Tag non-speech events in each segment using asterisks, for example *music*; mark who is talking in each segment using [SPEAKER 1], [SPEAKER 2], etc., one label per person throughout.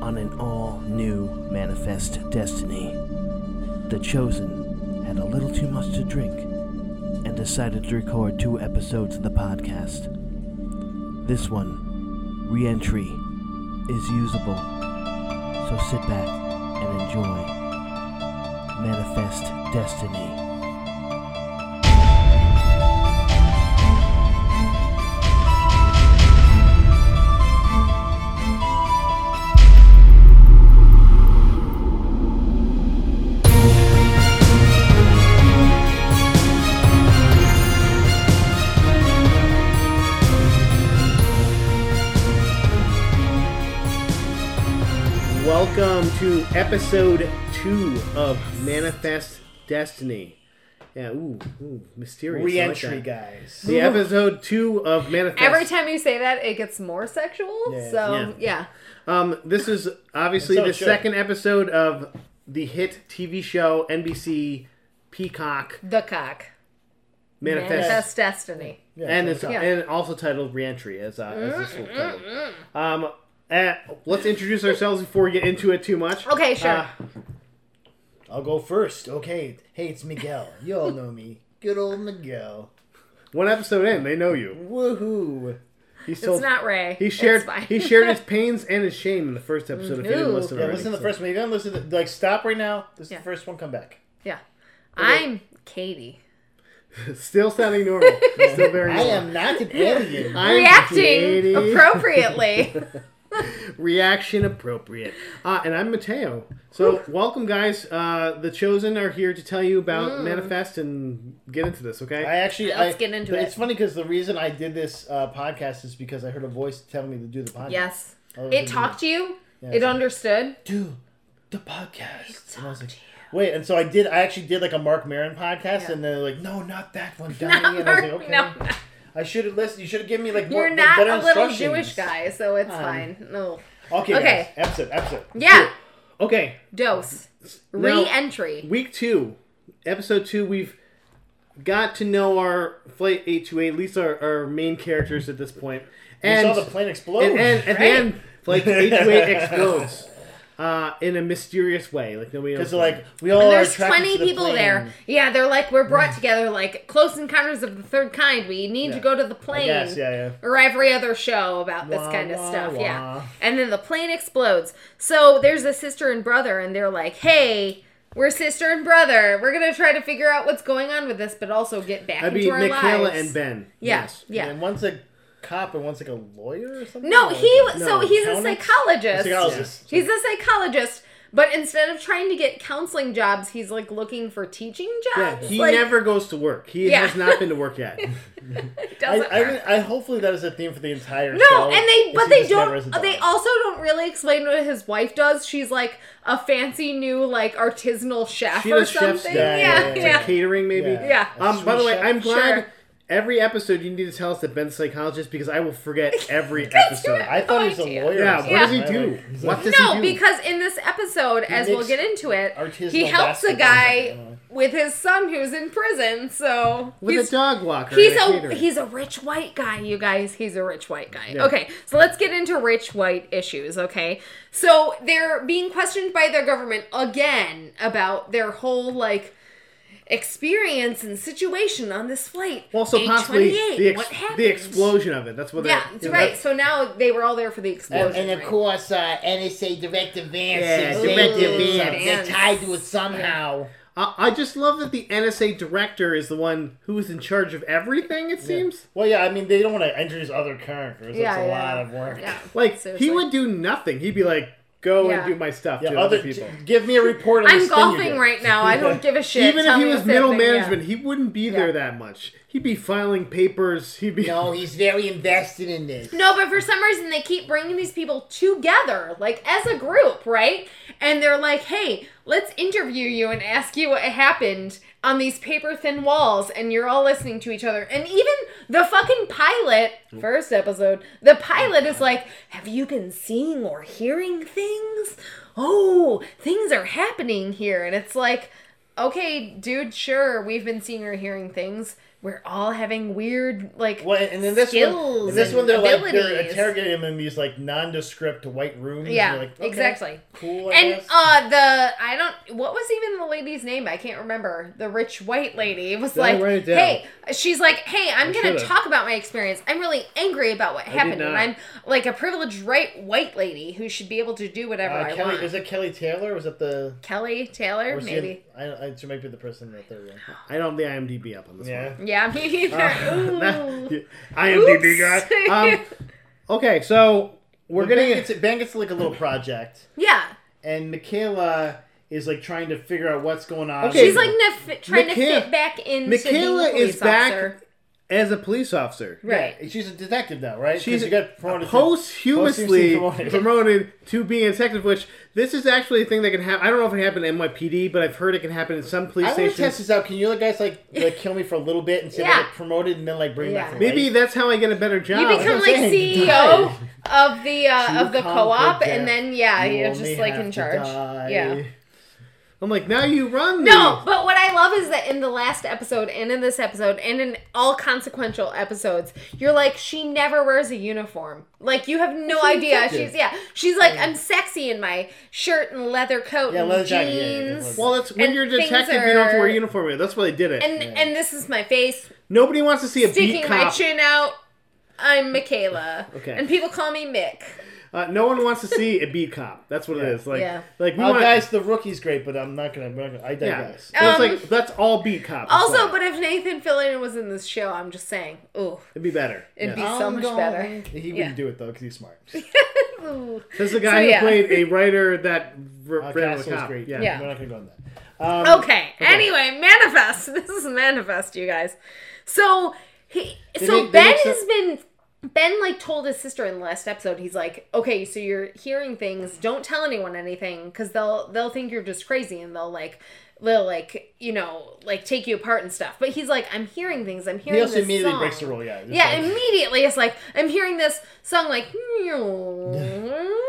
[SPEAKER 1] on an all new manifest destiny. The Chosen had a little too much to drink and decided to record two episodes of the podcast. This one, re entry, is usable, so sit back and enjoy Manifest Destiny. Welcome to episode two of Manifest Destiny. Yeah, ooh, ooh mysterious. I like
[SPEAKER 2] Re-entry,
[SPEAKER 1] that.
[SPEAKER 2] guys.
[SPEAKER 1] The episode two of Manifest.
[SPEAKER 3] Every time you say that, it gets more sexual.
[SPEAKER 2] Yeah.
[SPEAKER 3] so
[SPEAKER 1] Yeah.
[SPEAKER 3] yeah.
[SPEAKER 1] Um, this is obviously
[SPEAKER 2] So
[SPEAKER 1] the
[SPEAKER 2] it should.
[SPEAKER 1] second episode of the hit TV show NBC Peacock
[SPEAKER 3] the cock
[SPEAKER 1] Manifest,
[SPEAKER 3] manifest destiny.
[SPEAKER 1] and it's
[SPEAKER 3] Yeah. Mm,
[SPEAKER 1] and also titled Reentry as, uh, as this was titled. Um, eh, let's introduce ourselves before we get into it too much.
[SPEAKER 3] Okay, sure.
[SPEAKER 1] Uh,
[SPEAKER 2] I'll go first. Okay. Hey, it's Miguel. You all know me. Good old Miguel.
[SPEAKER 1] one episode in, they know you.
[SPEAKER 2] Woohoo.
[SPEAKER 1] He's
[SPEAKER 3] it's not Ray.
[SPEAKER 1] He shared
[SPEAKER 3] It's fine.
[SPEAKER 1] he shared his pains and his shame in the first episode. If you didn't
[SPEAKER 3] Ooh.
[SPEAKER 1] listen,
[SPEAKER 2] Yeah,
[SPEAKER 1] already,
[SPEAKER 2] listen to the
[SPEAKER 1] so-
[SPEAKER 2] first one. You didn't listen to the, like stop right now. This is
[SPEAKER 3] Yeah.
[SPEAKER 2] the first one. Come back.
[SPEAKER 3] *laughs* yeah. I'm Katie.
[SPEAKER 1] *laughs* Still sounding normal.
[SPEAKER 2] *laughs*
[SPEAKER 1] Still very.
[SPEAKER 2] I
[SPEAKER 1] Normal.
[SPEAKER 2] am not an alien.
[SPEAKER 1] I'm
[SPEAKER 3] Reacting
[SPEAKER 1] Katie.
[SPEAKER 3] appropriately.
[SPEAKER 2] *laughs*
[SPEAKER 1] reaction appropriate. Uh, and I'm Mateo. So *laughs* welcome, guys. Uh, the chosen are here to tell you about
[SPEAKER 2] Mm.
[SPEAKER 1] manifest and get into this. Okay.
[SPEAKER 2] I actually.
[SPEAKER 3] Let's
[SPEAKER 2] I-
[SPEAKER 3] get into
[SPEAKER 2] it's It's
[SPEAKER 3] it.
[SPEAKER 2] funny because the reason I did this uh, podcast is because I heard a voice telling me to do the podcast.
[SPEAKER 3] yes.
[SPEAKER 2] Oh,
[SPEAKER 3] It talked to you. it
[SPEAKER 2] it's-
[SPEAKER 3] understood.
[SPEAKER 2] do the podcast. And I was like, wait, and so I did. I actually did like a Mark Maron podcast,
[SPEAKER 3] Yeah.
[SPEAKER 2] and they're like, no, not
[SPEAKER 1] *laughs*
[SPEAKER 2] that one, Donnie. and I was like, okay.
[SPEAKER 3] *laughs* No,
[SPEAKER 2] I should have listened. You should have given me like more.
[SPEAKER 3] you're not
[SPEAKER 2] better
[SPEAKER 3] a little
[SPEAKER 2] instructions.
[SPEAKER 3] Jewish guy, so it's
[SPEAKER 2] Um,
[SPEAKER 3] fine. No.
[SPEAKER 2] Okay,
[SPEAKER 3] Okay.
[SPEAKER 2] okay. Guys, episode, episode.
[SPEAKER 3] Yeah.
[SPEAKER 1] Okay.
[SPEAKER 3] Dose.
[SPEAKER 1] Now-
[SPEAKER 3] Re-entry.
[SPEAKER 1] Week two, episode two. We've got to know our flight eight two eight. At least our, our main characters at this point. And
[SPEAKER 2] you saw the plane explode.
[SPEAKER 1] and, and
[SPEAKER 2] *laughs*
[SPEAKER 1] at the
[SPEAKER 3] Right.
[SPEAKER 1] end, like eight two eight explodes. Uh, in a mysterious way, like nobody knows.
[SPEAKER 2] because like
[SPEAKER 1] why.
[SPEAKER 2] we all are
[SPEAKER 3] There's
[SPEAKER 2] attracted
[SPEAKER 3] 20
[SPEAKER 2] to the
[SPEAKER 3] people
[SPEAKER 2] plane. Mm.
[SPEAKER 3] there. Yeah, they're like, we're brought together like close encounters of the third kind. We need to
[SPEAKER 2] Yeah.
[SPEAKER 3] go to the plane.
[SPEAKER 2] Yes, yeah, yeah.
[SPEAKER 3] Or every other show about this
[SPEAKER 2] Wah,
[SPEAKER 3] kind of
[SPEAKER 2] wah,
[SPEAKER 3] stuff.
[SPEAKER 2] wah.
[SPEAKER 3] Yeah. And then the plane explodes. So there's a sister and brother, and they're like, hey, we're sister and brother. We're going to try to figure out what's going on with this, but also get back
[SPEAKER 1] that'd
[SPEAKER 3] into
[SPEAKER 1] be
[SPEAKER 3] our
[SPEAKER 1] Michaela
[SPEAKER 3] lives.
[SPEAKER 1] and Ben.
[SPEAKER 3] Yeah.
[SPEAKER 1] Yes.
[SPEAKER 3] Yeah.
[SPEAKER 2] And one's a cop and one's like a lawyer or something.
[SPEAKER 3] No,
[SPEAKER 2] Or
[SPEAKER 3] he
[SPEAKER 2] like a-
[SPEAKER 3] so he's a
[SPEAKER 2] accountant?
[SPEAKER 3] psychologist.
[SPEAKER 2] Psychologist.
[SPEAKER 3] He's a psychologist, but instead of trying to get counseling jobs, he's like looking for teaching
[SPEAKER 1] Yeah,
[SPEAKER 3] jobs.
[SPEAKER 1] he
[SPEAKER 3] Like,
[SPEAKER 1] never goes to work. He
[SPEAKER 3] Yeah.
[SPEAKER 1] has not been to work
[SPEAKER 3] *laughs*
[SPEAKER 1] yet.
[SPEAKER 2] I,
[SPEAKER 3] doesn't work.
[SPEAKER 2] I, I hopefully that is a theme for the entire
[SPEAKER 3] No,
[SPEAKER 2] show.
[SPEAKER 3] and they
[SPEAKER 2] is
[SPEAKER 3] but
[SPEAKER 2] he
[SPEAKER 3] they
[SPEAKER 2] just never has a
[SPEAKER 3] don't. They
[SPEAKER 2] job.
[SPEAKER 3] also don't really explain what his wife does. She's like a fancy new like artisanal chef
[SPEAKER 1] She
[SPEAKER 3] or
[SPEAKER 1] does chef
[SPEAKER 3] something.
[SPEAKER 1] stuff.
[SPEAKER 3] Yeah, yeah,
[SPEAKER 2] Yeah, yeah, yeah.
[SPEAKER 1] Catering, maybe.
[SPEAKER 3] Yeah.
[SPEAKER 2] A
[SPEAKER 1] Um, by the
[SPEAKER 2] sous
[SPEAKER 1] way,
[SPEAKER 2] chef.
[SPEAKER 1] I'm glad
[SPEAKER 3] Sure.
[SPEAKER 1] every episode you need to tell us that Ben's a psychologist because I will
[SPEAKER 3] *laughs*
[SPEAKER 1] forget every episode.
[SPEAKER 2] I thought he was a
[SPEAKER 3] Oh, dear.
[SPEAKER 2] lawyer. or
[SPEAKER 1] Yeah, what
[SPEAKER 2] something,
[SPEAKER 1] does he
[SPEAKER 2] right?
[SPEAKER 1] do?
[SPEAKER 2] Like, he's
[SPEAKER 1] What
[SPEAKER 2] like-
[SPEAKER 1] does he
[SPEAKER 3] No,
[SPEAKER 1] do?
[SPEAKER 3] because in this episode, as we'll
[SPEAKER 2] makes
[SPEAKER 3] get into it,
[SPEAKER 2] artisanal
[SPEAKER 3] he helps a
[SPEAKER 2] basketballs, I
[SPEAKER 3] guy
[SPEAKER 2] don't know.
[SPEAKER 3] with his son who's in prison. So
[SPEAKER 1] with
[SPEAKER 3] he's-
[SPEAKER 1] a dog walker.
[SPEAKER 3] He's
[SPEAKER 1] and
[SPEAKER 3] a
[SPEAKER 1] catering.
[SPEAKER 3] he's a rich white guy, you guys. He's a rich white guy.
[SPEAKER 1] Yeah.
[SPEAKER 3] Okay, so let's get into rich white issues. Okay, so they're being questioned by their government again about their whole like experience and situation on this flight.
[SPEAKER 1] well, so possibly
[SPEAKER 3] 828,
[SPEAKER 1] the, ex-
[SPEAKER 3] what happened?
[SPEAKER 1] the explosion of it. That's what.
[SPEAKER 3] Yeah,
[SPEAKER 1] they're-
[SPEAKER 3] that's right. So now they were all there for the explosion. right?
[SPEAKER 2] course, uh, NSA Director Vance
[SPEAKER 1] Yeah, Director Vance.
[SPEAKER 3] Vance.
[SPEAKER 2] somehow.
[SPEAKER 1] I, I just love that the NSA director is the one who is in charge of everything. It seems
[SPEAKER 2] Well, yeah, I mean, they don't want to introduce other characters.
[SPEAKER 3] Yeah,
[SPEAKER 2] That's a
[SPEAKER 3] yeah.
[SPEAKER 2] lot of work.
[SPEAKER 3] Yeah.
[SPEAKER 1] like
[SPEAKER 3] Seriously.
[SPEAKER 1] he would do nothing. He'd be like, "Go
[SPEAKER 3] Yeah.
[SPEAKER 1] and do my stuff
[SPEAKER 2] Yeah,
[SPEAKER 1] to
[SPEAKER 2] other,
[SPEAKER 1] other people."
[SPEAKER 2] give me a report on
[SPEAKER 3] I'm
[SPEAKER 2] this thing you
[SPEAKER 3] golfing
[SPEAKER 2] did.
[SPEAKER 3] right now. I
[SPEAKER 1] *laughs*
[SPEAKER 3] don't give a shit.
[SPEAKER 1] Even
[SPEAKER 3] Tell
[SPEAKER 1] if he
[SPEAKER 3] me
[SPEAKER 1] was
[SPEAKER 3] what's
[SPEAKER 1] middle
[SPEAKER 3] happening. Yeah.
[SPEAKER 1] management, he wouldn't be there
[SPEAKER 3] Yeah.
[SPEAKER 1] that much. He'd be filing papers. He'd be *laughs*
[SPEAKER 2] he's very invested in this.
[SPEAKER 3] No, but for some reason they keep bringing these people together, like as a group, right? And they're like, "Hey, let's interview you and ask you what happened on these paper thin walls." And you're all listening to each other. And even the fucking pilot, first episode, the pilot is like, "Have you been seeing or hearing things? Oh, things are happening here." And it's like, "Okay, dude, sure, we've been seeing or hearing things." we're all having weird like
[SPEAKER 2] Well, and then this one,
[SPEAKER 3] skills
[SPEAKER 2] and this
[SPEAKER 3] and
[SPEAKER 2] one, they're like they're
[SPEAKER 3] abilities.
[SPEAKER 2] interrogating him in these like nondescript white rooms. and
[SPEAKER 3] Yeah,
[SPEAKER 2] you're like, okay,
[SPEAKER 3] exactly.
[SPEAKER 2] Cool. I
[SPEAKER 3] And
[SPEAKER 2] guess.
[SPEAKER 3] uh the I don't what was even the lady's name? I can't remember. The rich white lady was
[SPEAKER 1] Don't
[SPEAKER 3] like,
[SPEAKER 1] write it down.
[SPEAKER 3] "Hey, she's like, "Hey, I'm
[SPEAKER 1] I
[SPEAKER 3] going to
[SPEAKER 1] should've.
[SPEAKER 3] talk about my experience. I'm really angry about what
[SPEAKER 1] did
[SPEAKER 3] happened and
[SPEAKER 1] not.
[SPEAKER 3] I'm like a privileged right white lady who should be able to do whatever
[SPEAKER 2] Uh,
[SPEAKER 3] I
[SPEAKER 2] Kelly,
[SPEAKER 3] want."
[SPEAKER 2] is it Kelly Taylor? Or is it the
[SPEAKER 3] Kelly Taylor
[SPEAKER 2] or is she-
[SPEAKER 3] maybe.
[SPEAKER 2] I, I, she might be the person that they're.
[SPEAKER 1] I don't have the IMDb up on this
[SPEAKER 2] Yeah.
[SPEAKER 3] Yeah,
[SPEAKER 1] *laughs*
[SPEAKER 3] me either.
[SPEAKER 1] one.
[SPEAKER 3] *laughs* Ooh.
[SPEAKER 1] IMDb
[SPEAKER 3] Oops. *laughs*
[SPEAKER 1] guy. Um, okay, so we're
[SPEAKER 2] We're gonna
[SPEAKER 1] getting.
[SPEAKER 2] get to, Ben gets like a little project,
[SPEAKER 3] yeah.
[SPEAKER 2] and Michaela is like trying to figure out what's going on.
[SPEAKER 1] Okay.
[SPEAKER 3] She's like nef- trying
[SPEAKER 1] Michaela-
[SPEAKER 3] to fit back into
[SPEAKER 1] Michaela
[SPEAKER 3] being a
[SPEAKER 1] is
[SPEAKER 3] police
[SPEAKER 1] back
[SPEAKER 3] officer.
[SPEAKER 1] as a police officer.
[SPEAKER 3] Right.
[SPEAKER 2] Yeah, she's a detective now, right? 'Cause
[SPEAKER 1] She's
[SPEAKER 2] she got promoted. to-
[SPEAKER 1] posthumously
[SPEAKER 2] posthumously
[SPEAKER 1] promoted.
[SPEAKER 2] promoted.
[SPEAKER 1] to being a detective, which this is actually a thing that can happen. I don't know if it happened in NYPD, but I've heard it can happen in some police
[SPEAKER 2] I want to test
[SPEAKER 1] stations.
[SPEAKER 2] this out. Can you other guys like like kill me for a little bit and see if I
[SPEAKER 3] Yeah.
[SPEAKER 2] get promoted and then like bring
[SPEAKER 3] Yeah.
[SPEAKER 2] back?
[SPEAKER 1] Maybe that's how I get a better job.
[SPEAKER 3] You become
[SPEAKER 2] what I'm
[SPEAKER 3] like
[SPEAKER 2] saying.
[SPEAKER 3] CEO
[SPEAKER 2] Die.
[SPEAKER 3] of the
[SPEAKER 2] True
[SPEAKER 3] uh, of the
[SPEAKER 2] calm
[SPEAKER 3] co-op,
[SPEAKER 2] for death.
[SPEAKER 3] and then yeah,
[SPEAKER 2] You
[SPEAKER 3] you're
[SPEAKER 2] only
[SPEAKER 3] just like
[SPEAKER 2] have
[SPEAKER 3] in
[SPEAKER 2] to
[SPEAKER 3] charge.
[SPEAKER 2] die.
[SPEAKER 3] Yeah.
[SPEAKER 1] I'm like, now you run.
[SPEAKER 3] No,
[SPEAKER 1] me.
[SPEAKER 3] but what I love is that in the last episode, and in this episode, and in all consequential episodes, you're like, she never wears a uniform. Like you have no
[SPEAKER 2] She's
[SPEAKER 3] idea.
[SPEAKER 2] effective.
[SPEAKER 3] She's yeah. She's like, I'm sexy in my shirt and leather coat
[SPEAKER 2] Yeah,
[SPEAKER 3] and
[SPEAKER 2] leather
[SPEAKER 3] jeans.
[SPEAKER 2] jacket, yeah, yeah, yeah, leather
[SPEAKER 1] Well, that's when
[SPEAKER 3] And
[SPEAKER 1] you're a
[SPEAKER 3] things
[SPEAKER 1] detective, you don't have to wear
[SPEAKER 3] are-
[SPEAKER 1] a uniform. Yet. That's why they did it.
[SPEAKER 3] And and this is my face
[SPEAKER 1] Nobody wants to see a beat
[SPEAKER 3] sticking my
[SPEAKER 1] cop.
[SPEAKER 3] chin out. I'm Michaela.
[SPEAKER 1] Okay.
[SPEAKER 3] And people call me Mick.
[SPEAKER 1] Uh, no one wants to see a beat cop. That's what it is. Like,
[SPEAKER 3] Yeah.
[SPEAKER 1] like we
[SPEAKER 2] Oh,
[SPEAKER 1] want
[SPEAKER 2] guys, the rookie's great, but I'm not gonna. we're not gonna- I
[SPEAKER 1] Yeah,
[SPEAKER 2] digress.
[SPEAKER 1] that's
[SPEAKER 3] Um,
[SPEAKER 1] like that's all beat cop. It's
[SPEAKER 3] Also,
[SPEAKER 1] like-
[SPEAKER 3] but if Nathan Fillion was in this show, I'm just saying, ooh,
[SPEAKER 1] it'd be better.
[SPEAKER 3] it'd
[SPEAKER 1] Yeah.
[SPEAKER 3] be so
[SPEAKER 2] I'm
[SPEAKER 3] much
[SPEAKER 2] going-
[SPEAKER 3] better.
[SPEAKER 2] He wouldn't
[SPEAKER 3] Yeah.
[SPEAKER 2] do it though because he's
[SPEAKER 3] *laughs*
[SPEAKER 2] smart. Uh,
[SPEAKER 3] Ooh.
[SPEAKER 1] This is the guy
[SPEAKER 3] So,
[SPEAKER 1] who
[SPEAKER 3] yeah.
[SPEAKER 1] played a writer that r-
[SPEAKER 2] Uh,
[SPEAKER 1] ran a
[SPEAKER 2] Castle is
[SPEAKER 1] cop.
[SPEAKER 2] great.
[SPEAKER 3] *laughs*
[SPEAKER 1] Yeah.
[SPEAKER 3] Yeah.
[SPEAKER 2] we're not gonna go on that. Um,
[SPEAKER 3] Okay. Anyway, manifest. *laughs* This is manifest, you guys. So he,
[SPEAKER 2] they-
[SPEAKER 3] so
[SPEAKER 2] they
[SPEAKER 3] Ben
[SPEAKER 2] make some-
[SPEAKER 3] has been. Ben like told his sister in the last episode. He's like, okay, so you're hearing things. Don't tell anyone anything because they'll they'll think you're just crazy and they'll like they'll like you know like take you apart and stuff. But he's like, I'm hearing things. I'm hearing.
[SPEAKER 2] He also
[SPEAKER 3] this
[SPEAKER 2] immediately
[SPEAKER 3] song."
[SPEAKER 2] breaks the rule. Yeah. just
[SPEAKER 3] Yeah,
[SPEAKER 2] like-
[SPEAKER 3] immediately it's like I'm hearing this
[SPEAKER 2] *laughs*
[SPEAKER 3] song like. *laughs*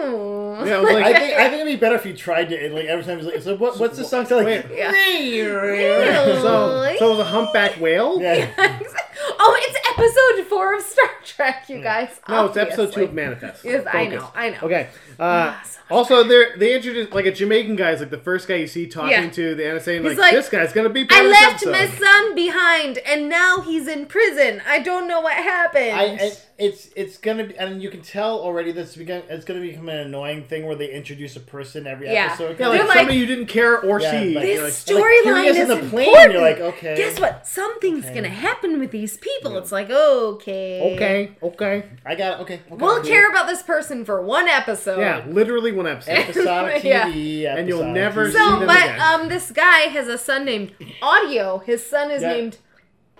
[SPEAKER 1] Yeah, I was like,
[SPEAKER 2] I think I think it'd be better if you tried to like every time. He's like, so what, what's the song? So like,
[SPEAKER 3] Yeah.
[SPEAKER 1] so, so it was a humpback whale.
[SPEAKER 2] *laughs* yeah.
[SPEAKER 3] *laughs* oh, it's episode four of Star Trek, you guys.
[SPEAKER 1] Mm. No, it's episode two
[SPEAKER 3] obviously.
[SPEAKER 1] of Manifest.
[SPEAKER 3] Yes, I
[SPEAKER 1] Focus.
[SPEAKER 3] know, I know.
[SPEAKER 1] Okay. Uh,
[SPEAKER 3] so much
[SPEAKER 1] also, they they introduced like a Jamaican guy is like the first guy you see talking
[SPEAKER 3] Yeah.
[SPEAKER 1] to the NSA. And,
[SPEAKER 3] He's
[SPEAKER 1] like,
[SPEAKER 3] like,
[SPEAKER 1] this guy's gonna be. Part
[SPEAKER 3] I
[SPEAKER 1] of this
[SPEAKER 3] left my
[SPEAKER 1] episode."
[SPEAKER 3] son behind, and now he's in prison. I don't know what happened.
[SPEAKER 2] I, I it's it's gonna be and you can tell already this begun it's gonna become an annoying thing where they introduce a person every
[SPEAKER 3] Yeah.
[SPEAKER 2] episode.
[SPEAKER 1] Yeah, like
[SPEAKER 3] You're like-
[SPEAKER 1] somebody you didn't care or
[SPEAKER 2] Yeah,
[SPEAKER 1] see.
[SPEAKER 2] like-
[SPEAKER 1] You're
[SPEAKER 3] this
[SPEAKER 1] like,
[SPEAKER 2] here he
[SPEAKER 3] storyline
[SPEAKER 2] is
[SPEAKER 3] is
[SPEAKER 2] in the plane,
[SPEAKER 3] important.
[SPEAKER 2] you're like, okay.
[SPEAKER 3] Guess what? Something's gonna happen with these people. It's like, okay,
[SPEAKER 1] okay, okay.
[SPEAKER 2] I got it. Okay, okay.
[SPEAKER 3] we'll care about this person for one episode.
[SPEAKER 1] Yeah, Oh, literally one
[SPEAKER 2] Eh.
[SPEAKER 1] episode.
[SPEAKER 2] Episodic
[SPEAKER 3] *laughs* Yeah.
[SPEAKER 2] TV,
[SPEAKER 1] And you'll
[SPEAKER 2] episodic
[SPEAKER 1] never
[SPEAKER 2] TV.
[SPEAKER 1] see
[SPEAKER 3] So,
[SPEAKER 1] them
[SPEAKER 3] but
[SPEAKER 1] again.
[SPEAKER 3] um, this guy has a son named Audio. His son is
[SPEAKER 2] Yeah.
[SPEAKER 3] named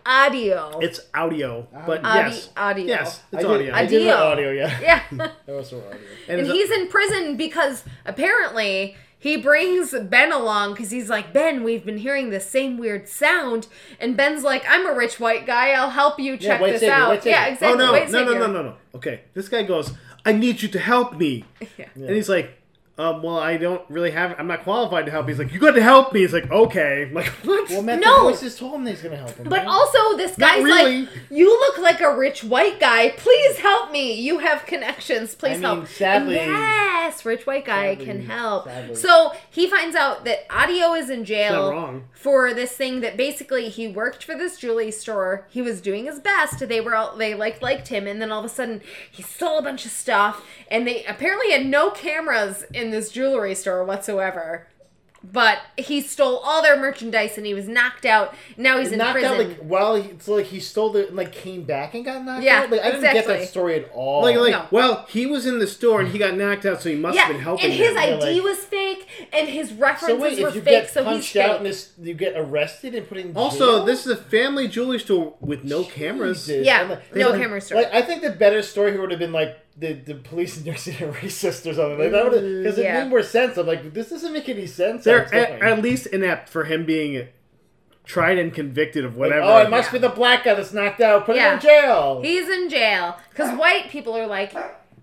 [SPEAKER 3] Audio.
[SPEAKER 1] It's audio, but
[SPEAKER 3] Audi-
[SPEAKER 1] yes,
[SPEAKER 3] audio.
[SPEAKER 1] yes,
[SPEAKER 2] I
[SPEAKER 1] it's
[SPEAKER 2] did,
[SPEAKER 1] audio.
[SPEAKER 2] I did
[SPEAKER 3] Audio.
[SPEAKER 2] the audio. Yeah.
[SPEAKER 1] *laughs*
[SPEAKER 3] yeah.
[SPEAKER 2] That was so audio.
[SPEAKER 1] and
[SPEAKER 3] and
[SPEAKER 1] it's-
[SPEAKER 3] he's in prison because apparently he brings Ben along because he's like, Ben, we've been hearing the same weird sound. And Ben's like, I'm a rich white guy. I'll help you check
[SPEAKER 2] white
[SPEAKER 3] this
[SPEAKER 2] savior,
[SPEAKER 3] out.
[SPEAKER 2] white
[SPEAKER 3] yeah,
[SPEAKER 2] savior.
[SPEAKER 1] oh
[SPEAKER 3] exactly.
[SPEAKER 1] no,
[SPEAKER 3] white
[SPEAKER 1] no, no,
[SPEAKER 3] savior.
[SPEAKER 1] no, no, no. Okay, this guy goes. I need you to help me.
[SPEAKER 3] Yeah.
[SPEAKER 1] And he's like, um, well, I don't really have. I'm not qualified to help. He's like, you got to help me. He's like, okay. I'm like, *laughs* what?
[SPEAKER 2] Well, Matt,
[SPEAKER 3] No.
[SPEAKER 2] the voices told him that he's gonna help him.
[SPEAKER 3] But
[SPEAKER 2] right?
[SPEAKER 3] also, this
[SPEAKER 1] Not
[SPEAKER 3] guy's
[SPEAKER 1] really.
[SPEAKER 3] like, You look like a rich white guy. Please help me. You have connections. Please
[SPEAKER 2] mean,
[SPEAKER 3] help.
[SPEAKER 2] sadly-
[SPEAKER 3] And yes, rich white guy
[SPEAKER 2] Sadly,
[SPEAKER 3] can help.
[SPEAKER 2] sadly.
[SPEAKER 3] So he finds out that Audio is in jail
[SPEAKER 1] It's not wrong.
[SPEAKER 3] for this thing that basically he worked for this jewelry store. He was doing his best. They were all they like liked him, and then all of a sudden he stole a bunch of stuff. And they apparently had no cameras in this jewelry store whatsoever. But he stole all their merchandise, and he was knocked out. Now he's in
[SPEAKER 2] knocked
[SPEAKER 3] prison.
[SPEAKER 2] out like while he, it's like he stole the and like came back and got knocked
[SPEAKER 3] Yeah,
[SPEAKER 2] out. Like I didn't get
[SPEAKER 3] exactly.
[SPEAKER 2] that story at all.
[SPEAKER 1] Like, like,
[SPEAKER 3] No.
[SPEAKER 1] well, he was in the store and he got knocked out, so he must have been helping.
[SPEAKER 3] and his
[SPEAKER 1] him.
[SPEAKER 2] Yeah,
[SPEAKER 3] ID
[SPEAKER 2] like-
[SPEAKER 3] was fake, and his
[SPEAKER 2] so
[SPEAKER 3] references
[SPEAKER 2] wait,
[SPEAKER 3] were
[SPEAKER 2] if you
[SPEAKER 3] fake,
[SPEAKER 2] get
[SPEAKER 3] so he's
[SPEAKER 2] punched
[SPEAKER 3] fake.
[SPEAKER 2] out and this, you get arrested and put in jail?
[SPEAKER 1] also, this is a family jewelry store with no cameras.
[SPEAKER 2] Jesus.
[SPEAKER 3] Yeah,
[SPEAKER 2] I'm like-
[SPEAKER 3] no
[SPEAKER 2] like-
[SPEAKER 3] camera story.
[SPEAKER 2] Like, I think the better story here would have been like the, the police and nurse and *laughs* racist or something like that would because it
[SPEAKER 3] Yeah.
[SPEAKER 2] made more sense. I'm like, this doesn't make any sense.
[SPEAKER 1] They're
[SPEAKER 2] It's
[SPEAKER 1] at,
[SPEAKER 2] like-
[SPEAKER 1] at least inept for him being tried and convicted of
[SPEAKER 2] like,
[SPEAKER 1] whatever.
[SPEAKER 2] oh, it must be the black guy that's knocked out. Put him
[SPEAKER 3] Yeah.
[SPEAKER 2] in jail.
[SPEAKER 3] he's in jail because white people are like,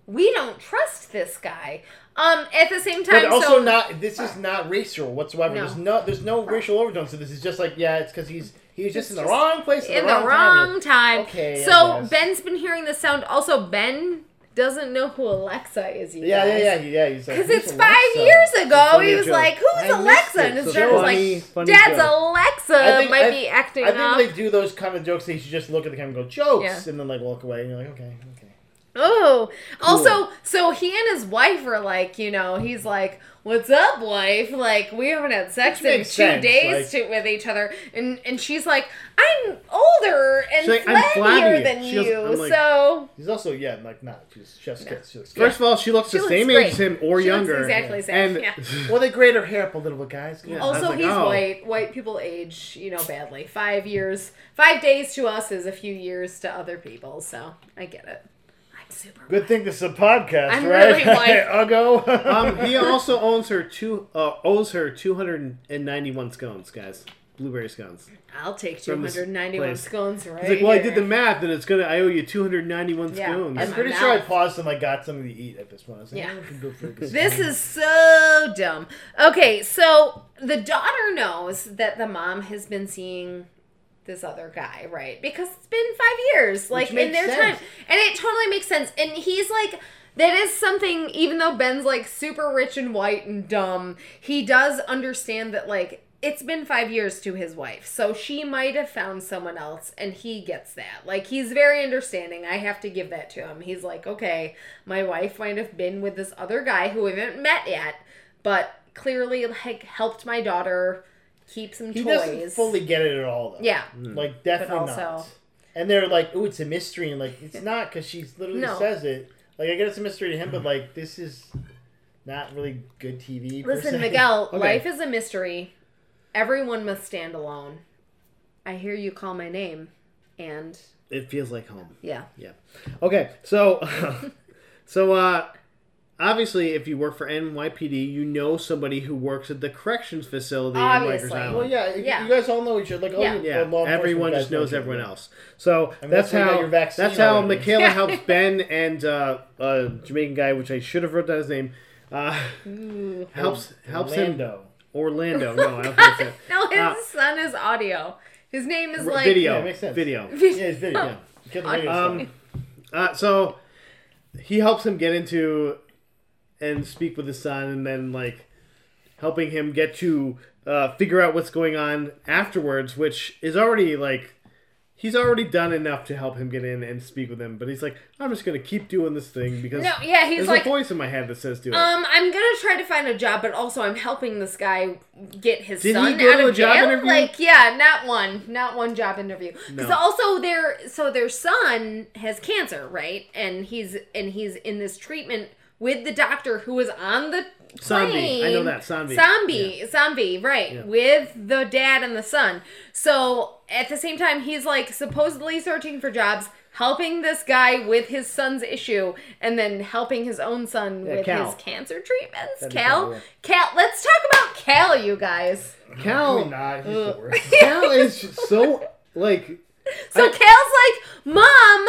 [SPEAKER 3] we don't trust this guy. Um, at the same time,
[SPEAKER 2] but also
[SPEAKER 3] so
[SPEAKER 2] not. This is not racial whatsoever.
[SPEAKER 3] No.
[SPEAKER 2] There's no. There's no racial overtone. So this is just like yeah. It's because he's He was just in the
[SPEAKER 3] just
[SPEAKER 2] wrong place at
[SPEAKER 3] in the wrong time.
[SPEAKER 2] Okay, I
[SPEAKER 3] So
[SPEAKER 2] guess.
[SPEAKER 3] Ben's been hearing this sound. Also, Ben doesn't know who Alexa is. You
[SPEAKER 2] Yeah, yeah,
[SPEAKER 3] guys.
[SPEAKER 2] yeah, he- yeah. Because like,
[SPEAKER 3] Because
[SPEAKER 2] "Who's
[SPEAKER 3] it's five
[SPEAKER 2] Alexa?"
[SPEAKER 3] years ago,
[SPEAKER 1] funny
[SPEAKER 3] he was
[SPEAKER 1] joke.
[SPEAKER 3] like, "Who's
[SPEAKER 2] I missed
[SPEAKER 3] Alexa?"
[SPEAKER 2] it.
[SPEAKER 3] And his
[SPEAKER 1] It's a
[SPEAKER 3] dad was
[SPEAKER 1] funny,
[SPEAKER 3] like,
[SPEAKER 1] funny
[SPEAKER 3] "Dad's
[SPEAKER 1] joke.
[SPEAKER 3] Alexa might be acting
[SPEAKER 2] I think
[SPEAKER 3] up."
[SPEAKER 2] they do those kind of jokes that you should just look at the camera and go jokes,
[SPEAKER 3] Yeah.
[SPEAKER 2] and then like walk away, and you're like, okay, okay.
[SPEAKER 3] Oh, also, so he and his wife are like, you know, he's like, "What's up, wife? Like, we haven't had sex
[SPEAKER 2] Which
[SPEAKER 3] in two
[SPEAKER 2] makes sense,
[SPEAKER 3] days
[SPEAKER 2] like-
[SPEAKER 3] to, with each other," and and she's like, "I'm older and
[SPEAKER 1] She's like,
[SPEAKER 3] flabbier,
[SPEAKER 1] "I'm flabbier."
[SPEAKER 3] than
[SPEAKER 1] She
[SPEAKER 3] you,
[SPEAKER 1] goes- I'm like-
[SPEAKER 3] so
[SPEAKER 2] He's also yeah, like not. She's just kids. She looks good.
[SPEAKER 1] First of all, she looks
[SPEAKER 3] She
[SPEAKER 1] the
[SPEAKER 3] looks
[SPEAKER 1] same
[SPEAKER 3] great.
[SPEAKER 1] age as him or
[SPEAKER 3] She looks
[SPEAKER 1] younger.
[SPEAKER 3] exactly the same,
[SPEAKER 1] And *laughs*
[SPEAKER 3] yeah.
[SPEAKER 2] well, they grade her hair up a little bit, guys. Come on.
[SPEAKER 1] Yeah. I was
[SPEAKER 3] Also,
[SPEAKER 1] like,
[SPEAKER 3] he's
[SPEAKER 1] oh.
[SPEAKER 3] white. White people age, you know, badly. Five years, five days to us is a few years to other people. So I get it. I'm super.
[SPEAKER 2] Good thing this is a podcast,
[SPEAKER 3] I'm
[SPEAKER 2] right?
[SPEAKER 3] really white.
[SPEAKER 2] *laughs* Uggo. *laughs*
[SPEAKER 1] um, he also owns her two uh, owes her two hundred and ninety one scones, guys. Blueberry scones.
[SPEAKER 3] I'll take
[SPEAKER 1] From this
[SPEAKER 3] 291
[SPEAKER 1] place.
[SPEAKER 3] scones right
[SPEAKER 1] He's like, well, I did
[SPEAKER 3] here.
[SPEAKER 1] the *laughs* math, and it's gonna. I owe you two hundred ninety one
[SPEAKER 3] Yeah.
[SPEAKER 1] scones.
[SPEAKER 2] I'm
[SPEAKER 3] my
[SPEAKER 2] pretty sure I
[SPEAKER 3] mouth.
[SPEAKER 2] paused and like got something to eat at this point. I was like,
[SPEAKER 3] Yeah.
[SPEAKER 2] "Oh, we can go for a
[SPEAKER 3] *laughs*
[SPEAKER 2] good
[SPEAKER 3] This is so dumb. Okay, so the daughter knows that the mom has been seeing this other guy, right? Because it's been five years, like in
[SPEAKER 2] makes
[SPEAKER 3] their
[SPEAKER 2] sense.
[SPEAKER 3] time. And it totally makes sense. And he's like, that is something, even though Ben's like super rich and white and dumb, he does understand that, like, it's been five years to his wife. So she might have found someone else, and he gets that. Like, he's very understanding. I have to give that to him. He's like, okay, my wife might have been with this other guy who I haven't met yet, but clearly, like, helped my daughter keep some
[SPEAKER 2] He
[SPEAKER 3] toys.
[SPEAKER 2] doesn't fully get it at all, though.
[SPEAKER 3] Yeah.
[SPEAKER 1] Hmm.
[SPEAKER 2] Like definitely
[SPEAKER 3] But
[SPEAKER 2] not.
[SPEAKER 3] also-
[SPEAKER 2] And they're like, "Ooh, it's a mystery," and like
[SPEAKER 3] *laughs*
[SPEAKER 2] it's not because she literally
[SPEAKER 3] No.
[SPEAKER 2] says it. Like I get it's a mystery to him,
[SPEAKER 1] Hmm.
[SPEAKER 2] but like this is not really good TV. per se.
[SPEAKER 1] *laughs*
[SPEAKER 3] Listen, Miguel,
[SPEAKER 2] Okay.
[SPEAKER 3] life is a mystery. Everyone must stand alone. I hear you call my name, and
[SPEAKER 1] It feels like home.
[SPEAKER 3] yeah.
[SPEAKER 1] Yeah. Okay. So, *laughs* so uh, obviously, if you work for NYPD, you know somebody who works at the corrections facility in
[SPEAKER 3] Obviously.
[SPEAKER 1] Rikers Island.
[SPEAKER 2] *laughs* Well, yeah, you-
[SPEAKER 3] Yeah.
[SPEAKER 2] You guys all know each other. Like, oh,
[SPEAKER 3] Yeah.
[SPEAKER 2] you-
[SPEAKER 1] Yeah,
[SPEAKER 2] the law enforcement
[SPEAKER 1] everyone
[SPEAKER 2] guys
[SPEAKER 1] just
[SPEAKER 2] know
[SPEAKER 1] knows
[SPEAKER 2] each other.
[SPEAKER 1] everyone else. So that's
[SPEAKER 2] And that's how you got
[SPEAKER 1] how
[SPEAKER 2] your vaccine
[SPEAKER 1] that's how
[SPEAKER 2] already. *laughs*
[SPEAKER 1] Michaela helps Ben and uh, uh, Jamaican guy, which I should have wrote down his name, uh, helps helps him
[SPEAKER 2] Orlando. *laughs*
[SPEAKER 1] Orlando. Oh, No, I don't think so.
[SPEAKER 3] *laughs* No, his
[SPEAKER 1] Uh,
[SPEAKER 3] son is audio. His name is like
[SPEAKER 1] video,
[SPEAKER 2] Yeah, it makes sense.
[SPEAKER 3] *laughs*
[SPEAKER 1] video.
[SPEAKER 2] Yeah, it's video. *laughs* Yeah. You killed the radio
[SPEAKER 1] Um,
[SPEAKER 2] star.
[SPEAKER 1] Uh, so he helps him get into and speak with his son, and then like helping him get to uh, figure out what's going on afterwards, which is already like he's already done enough to help him get in and speak with him. But he's like, I'm just gonna keep doing this thing because
[SPEAKER 3] No, yeah, he's
[SPEAKER 1] there's
[SPEAKER 3] like-
[SPEAKER 1] a voice in my head that says do it.
[SPEAKER 3] Um, I'm gonna try to find a job, but also I'm helping this guy get his
[SPEAKER 1] Did he
[SPEAKER 3] son
[SPEAKER 1] go
[SPEAKER 3] out
[SPEAKER 1] to
[SPEAKER 3] of
[SPEAKER 1] a job
[SPEAKER 3] jail.
[SPEAKER 1] interview?
[SPEAKER 3] Like, yeah, not one, not one job interview. Because
[SPEAKER 1] No.
[SPEAKER 3] also their so their son has cancer, right? And he's and he's in this treatment with the doctor who was on the
[SPEAKER 1] Zombie.
[SPEAKER 3] plane.
[SPEAKER 1] I know that, zombie.
[SPEAKER 3] zombie, zombie, right? With the dad and the son. So at the same time, he's like supposedly searching for jobs. Helping this guy with his son's issue, and then helping his own son with
[SPEAKER 1] Cal.
[SPEAKER 3] his cancer treatments.
[SPEAKER 2] That'd be
[SPEAKER 3] Cal,
[SPEAKER 2] cool, yeah.
[SPEAKER 3] Cal, let's talk about Cal, you guys.
[SPEAKER 1] Cal,
[SPEAKER 2] Probably not. He's
[SPEAKER 3] Uh,
[SPEAKER 2] the
[SPEAKER 3] *laughs*
[SPEAKER 2] worst.
[SPEAKER 1] Cal is so like
[SPEAKER 3] So Cal's like, Mom,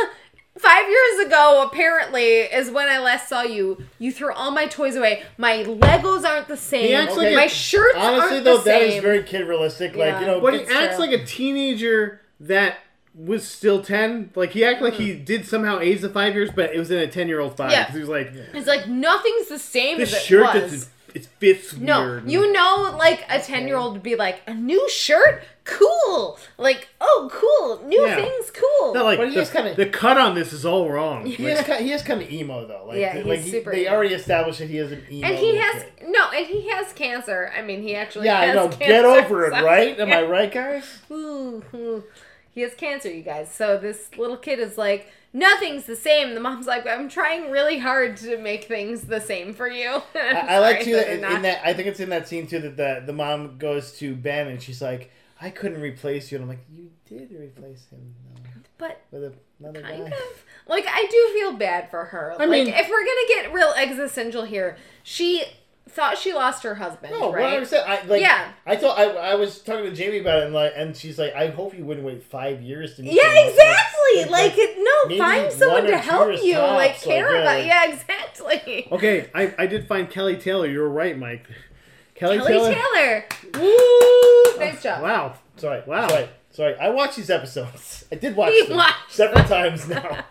[SPEAKER 3] five years ago, apparently, is when I last saw you. You threw all my toys away. My Legos aren't the same.
[SPEAKER 1] acts like
[SPEAKER 3] my
[SPEAKER 1] a-
[SPEAKER 3] shirts
[SPEAKER 2] Honestly,
[SPEAKER 3] aren't
[SPEAKER 2] though,
[SPEAKER 3] the
[SPEAKER 2] that
[SPEAKER 3] same.
[SPEAKER 2] is very kid realistic. Like,
[SPEAKER 3] Yeah.
[SPEAKER 2] you know,
[SPEAKER 1] But he
[SPEAKER 2] kids-
[SPEAKER 1] acts
[SPEAKER 3] true.
[SPEAKER 1] like a teenager that was still 10. Like, he acted like he did somehow age the five years, but it was in a 10 year old body.
[SPEAKER 3] Hmm. Yeah.
[SPEAKER 1] Because he was like,
[SPEAKER 3] it's like nothing's the same
[SPEAKER 1] this
[SPEAKER 3] as it
[SPEAKER 1] shirt
[SPEAKER 3] was.
[SPEAKER 1] that's, it fits
[SPEAKER 3] No,
[SPEAKER 1] weird.
[SPEAKER 3] you know, like a ten-year-old would be like, "A new shirt, cool! Like, oh, cool, new
[SPEAKER 1] Yeah.
[SPEAKER 3] things, cool."
[SPEAKER 1] Not like
[SPEAKER 2] But he
[SPEAKER 1] the,
[SPEAKER 2] is kinda-
[SPEAKER 1] the cut on this is all
[SPEAKER 3] *laughs*
[SPEAKER 1] wrong.
[SPEAKER 2] he
[SPEAKER 1] Like, *laughs*
[SPEAKER 2] is kind. He is kind of emo though. Like,
[SPEAKER 3] Yeah,
[SPEAKER 2] th-
[SPEAKER 3] he's
[SPEAKER 2] like he-
[SPEAKER 3] super
[SPEAKER 2] they
[SPEAKER 3] emo. *laughs*
[SPEAKER 2] already established that he is an emo.
[SPEAKER 3] and he
[SPEAKER 2] little
[SPEAKER 3] has
[SPEAKER 2] kid.
[SPEAKER 3] no, and he has cancer. I mean, he actually
[SPEAKER 2] Yeah, I
[SPEAKER 3] has
[SPEAKER 2] know.
[SPEAKER 3] Cancer,
[SPEAKER 2] Get over
[SPEAKER 3] *laughs*
[SPEAKER 2] it,
[SPEAKER 3] so-
[SPEAKER 2] right? Am I right, guys?
[SPEAKER 3] Ooh, ooh. He has cancer, you guys. So this little kid is like, nothing's the same. The mom's like, I'm trying really hard to make things the same for you. *laughs*
[SPEAKER 2] I, I like too that in, in that. I think it's in that scene too that the the mom goes to Ben and she's like, "I couldn't replace you," and I'm like, "You did replace him though,
[SPEAKER 3] But
[SPEAKER 2] with another guy."
[SPEAKER 3] kind of. Like, I do feel bad for her. like,
[SPEAKER 1] mean-
[SPEAKER 3] if we're going to get real existential here, she thought she lost her husband,
[SPEAKER 2] No,
[SPEAKER 3] right?
[SPEAKER 2] what I said, I like.
[SPEAKER 3] Yeah.
[SPEAKER 2] I thought I, I was talking to Jamie about it, and like, and she's like, "I hope you wouldn't wait five years to meet."
[SPEAKER 3] Yeah,
[SPEAKER 2] someone."
[SPEAKER 3] exactly. Like,
[SPEAKER 2] like,
[SPEAKER 3] no,
[SPEAKER 2] maybe
[SPEAKER 3] find someone
[SPEAKER 2] one or
[SPEAKER 3] to
[SPEAKER 2] two
[SPEAKER 3] help
[SPEAKER 2] is
[SPEAKER 3] you.
[SPEAKER 2] tops,
[SPEAKER 3] like,
[SPEAKER 2] like, uh,
[SPEAKER 3] care
[SPEAKER 2] yeah.
[SPEAKER 3] about. Yeah, exactly.
[SPEAKER 1] okay, I, I did find Kelly Taylor. You were right, Mike. Kelly,
[SPEAKER 3] Kelly Taylor.
[SPEAKER 1] Woo!
[SPEAKER 3] Nice job.
[SPEAKER 1] Wow.
[SPEAKER 2] Sorry.
[SPEAKER 1] Wow.
[SPEAKER 2] Sorry. Sorry, I watch these episodes. *laughs* I did watch
[SPEAKER 3] He
[SPEAKER 2] them
[SPEAKER 3] watched
[SPEAKER 2] several times
[SPEAKER 3] *laughs*
[SPEAKER 2] now.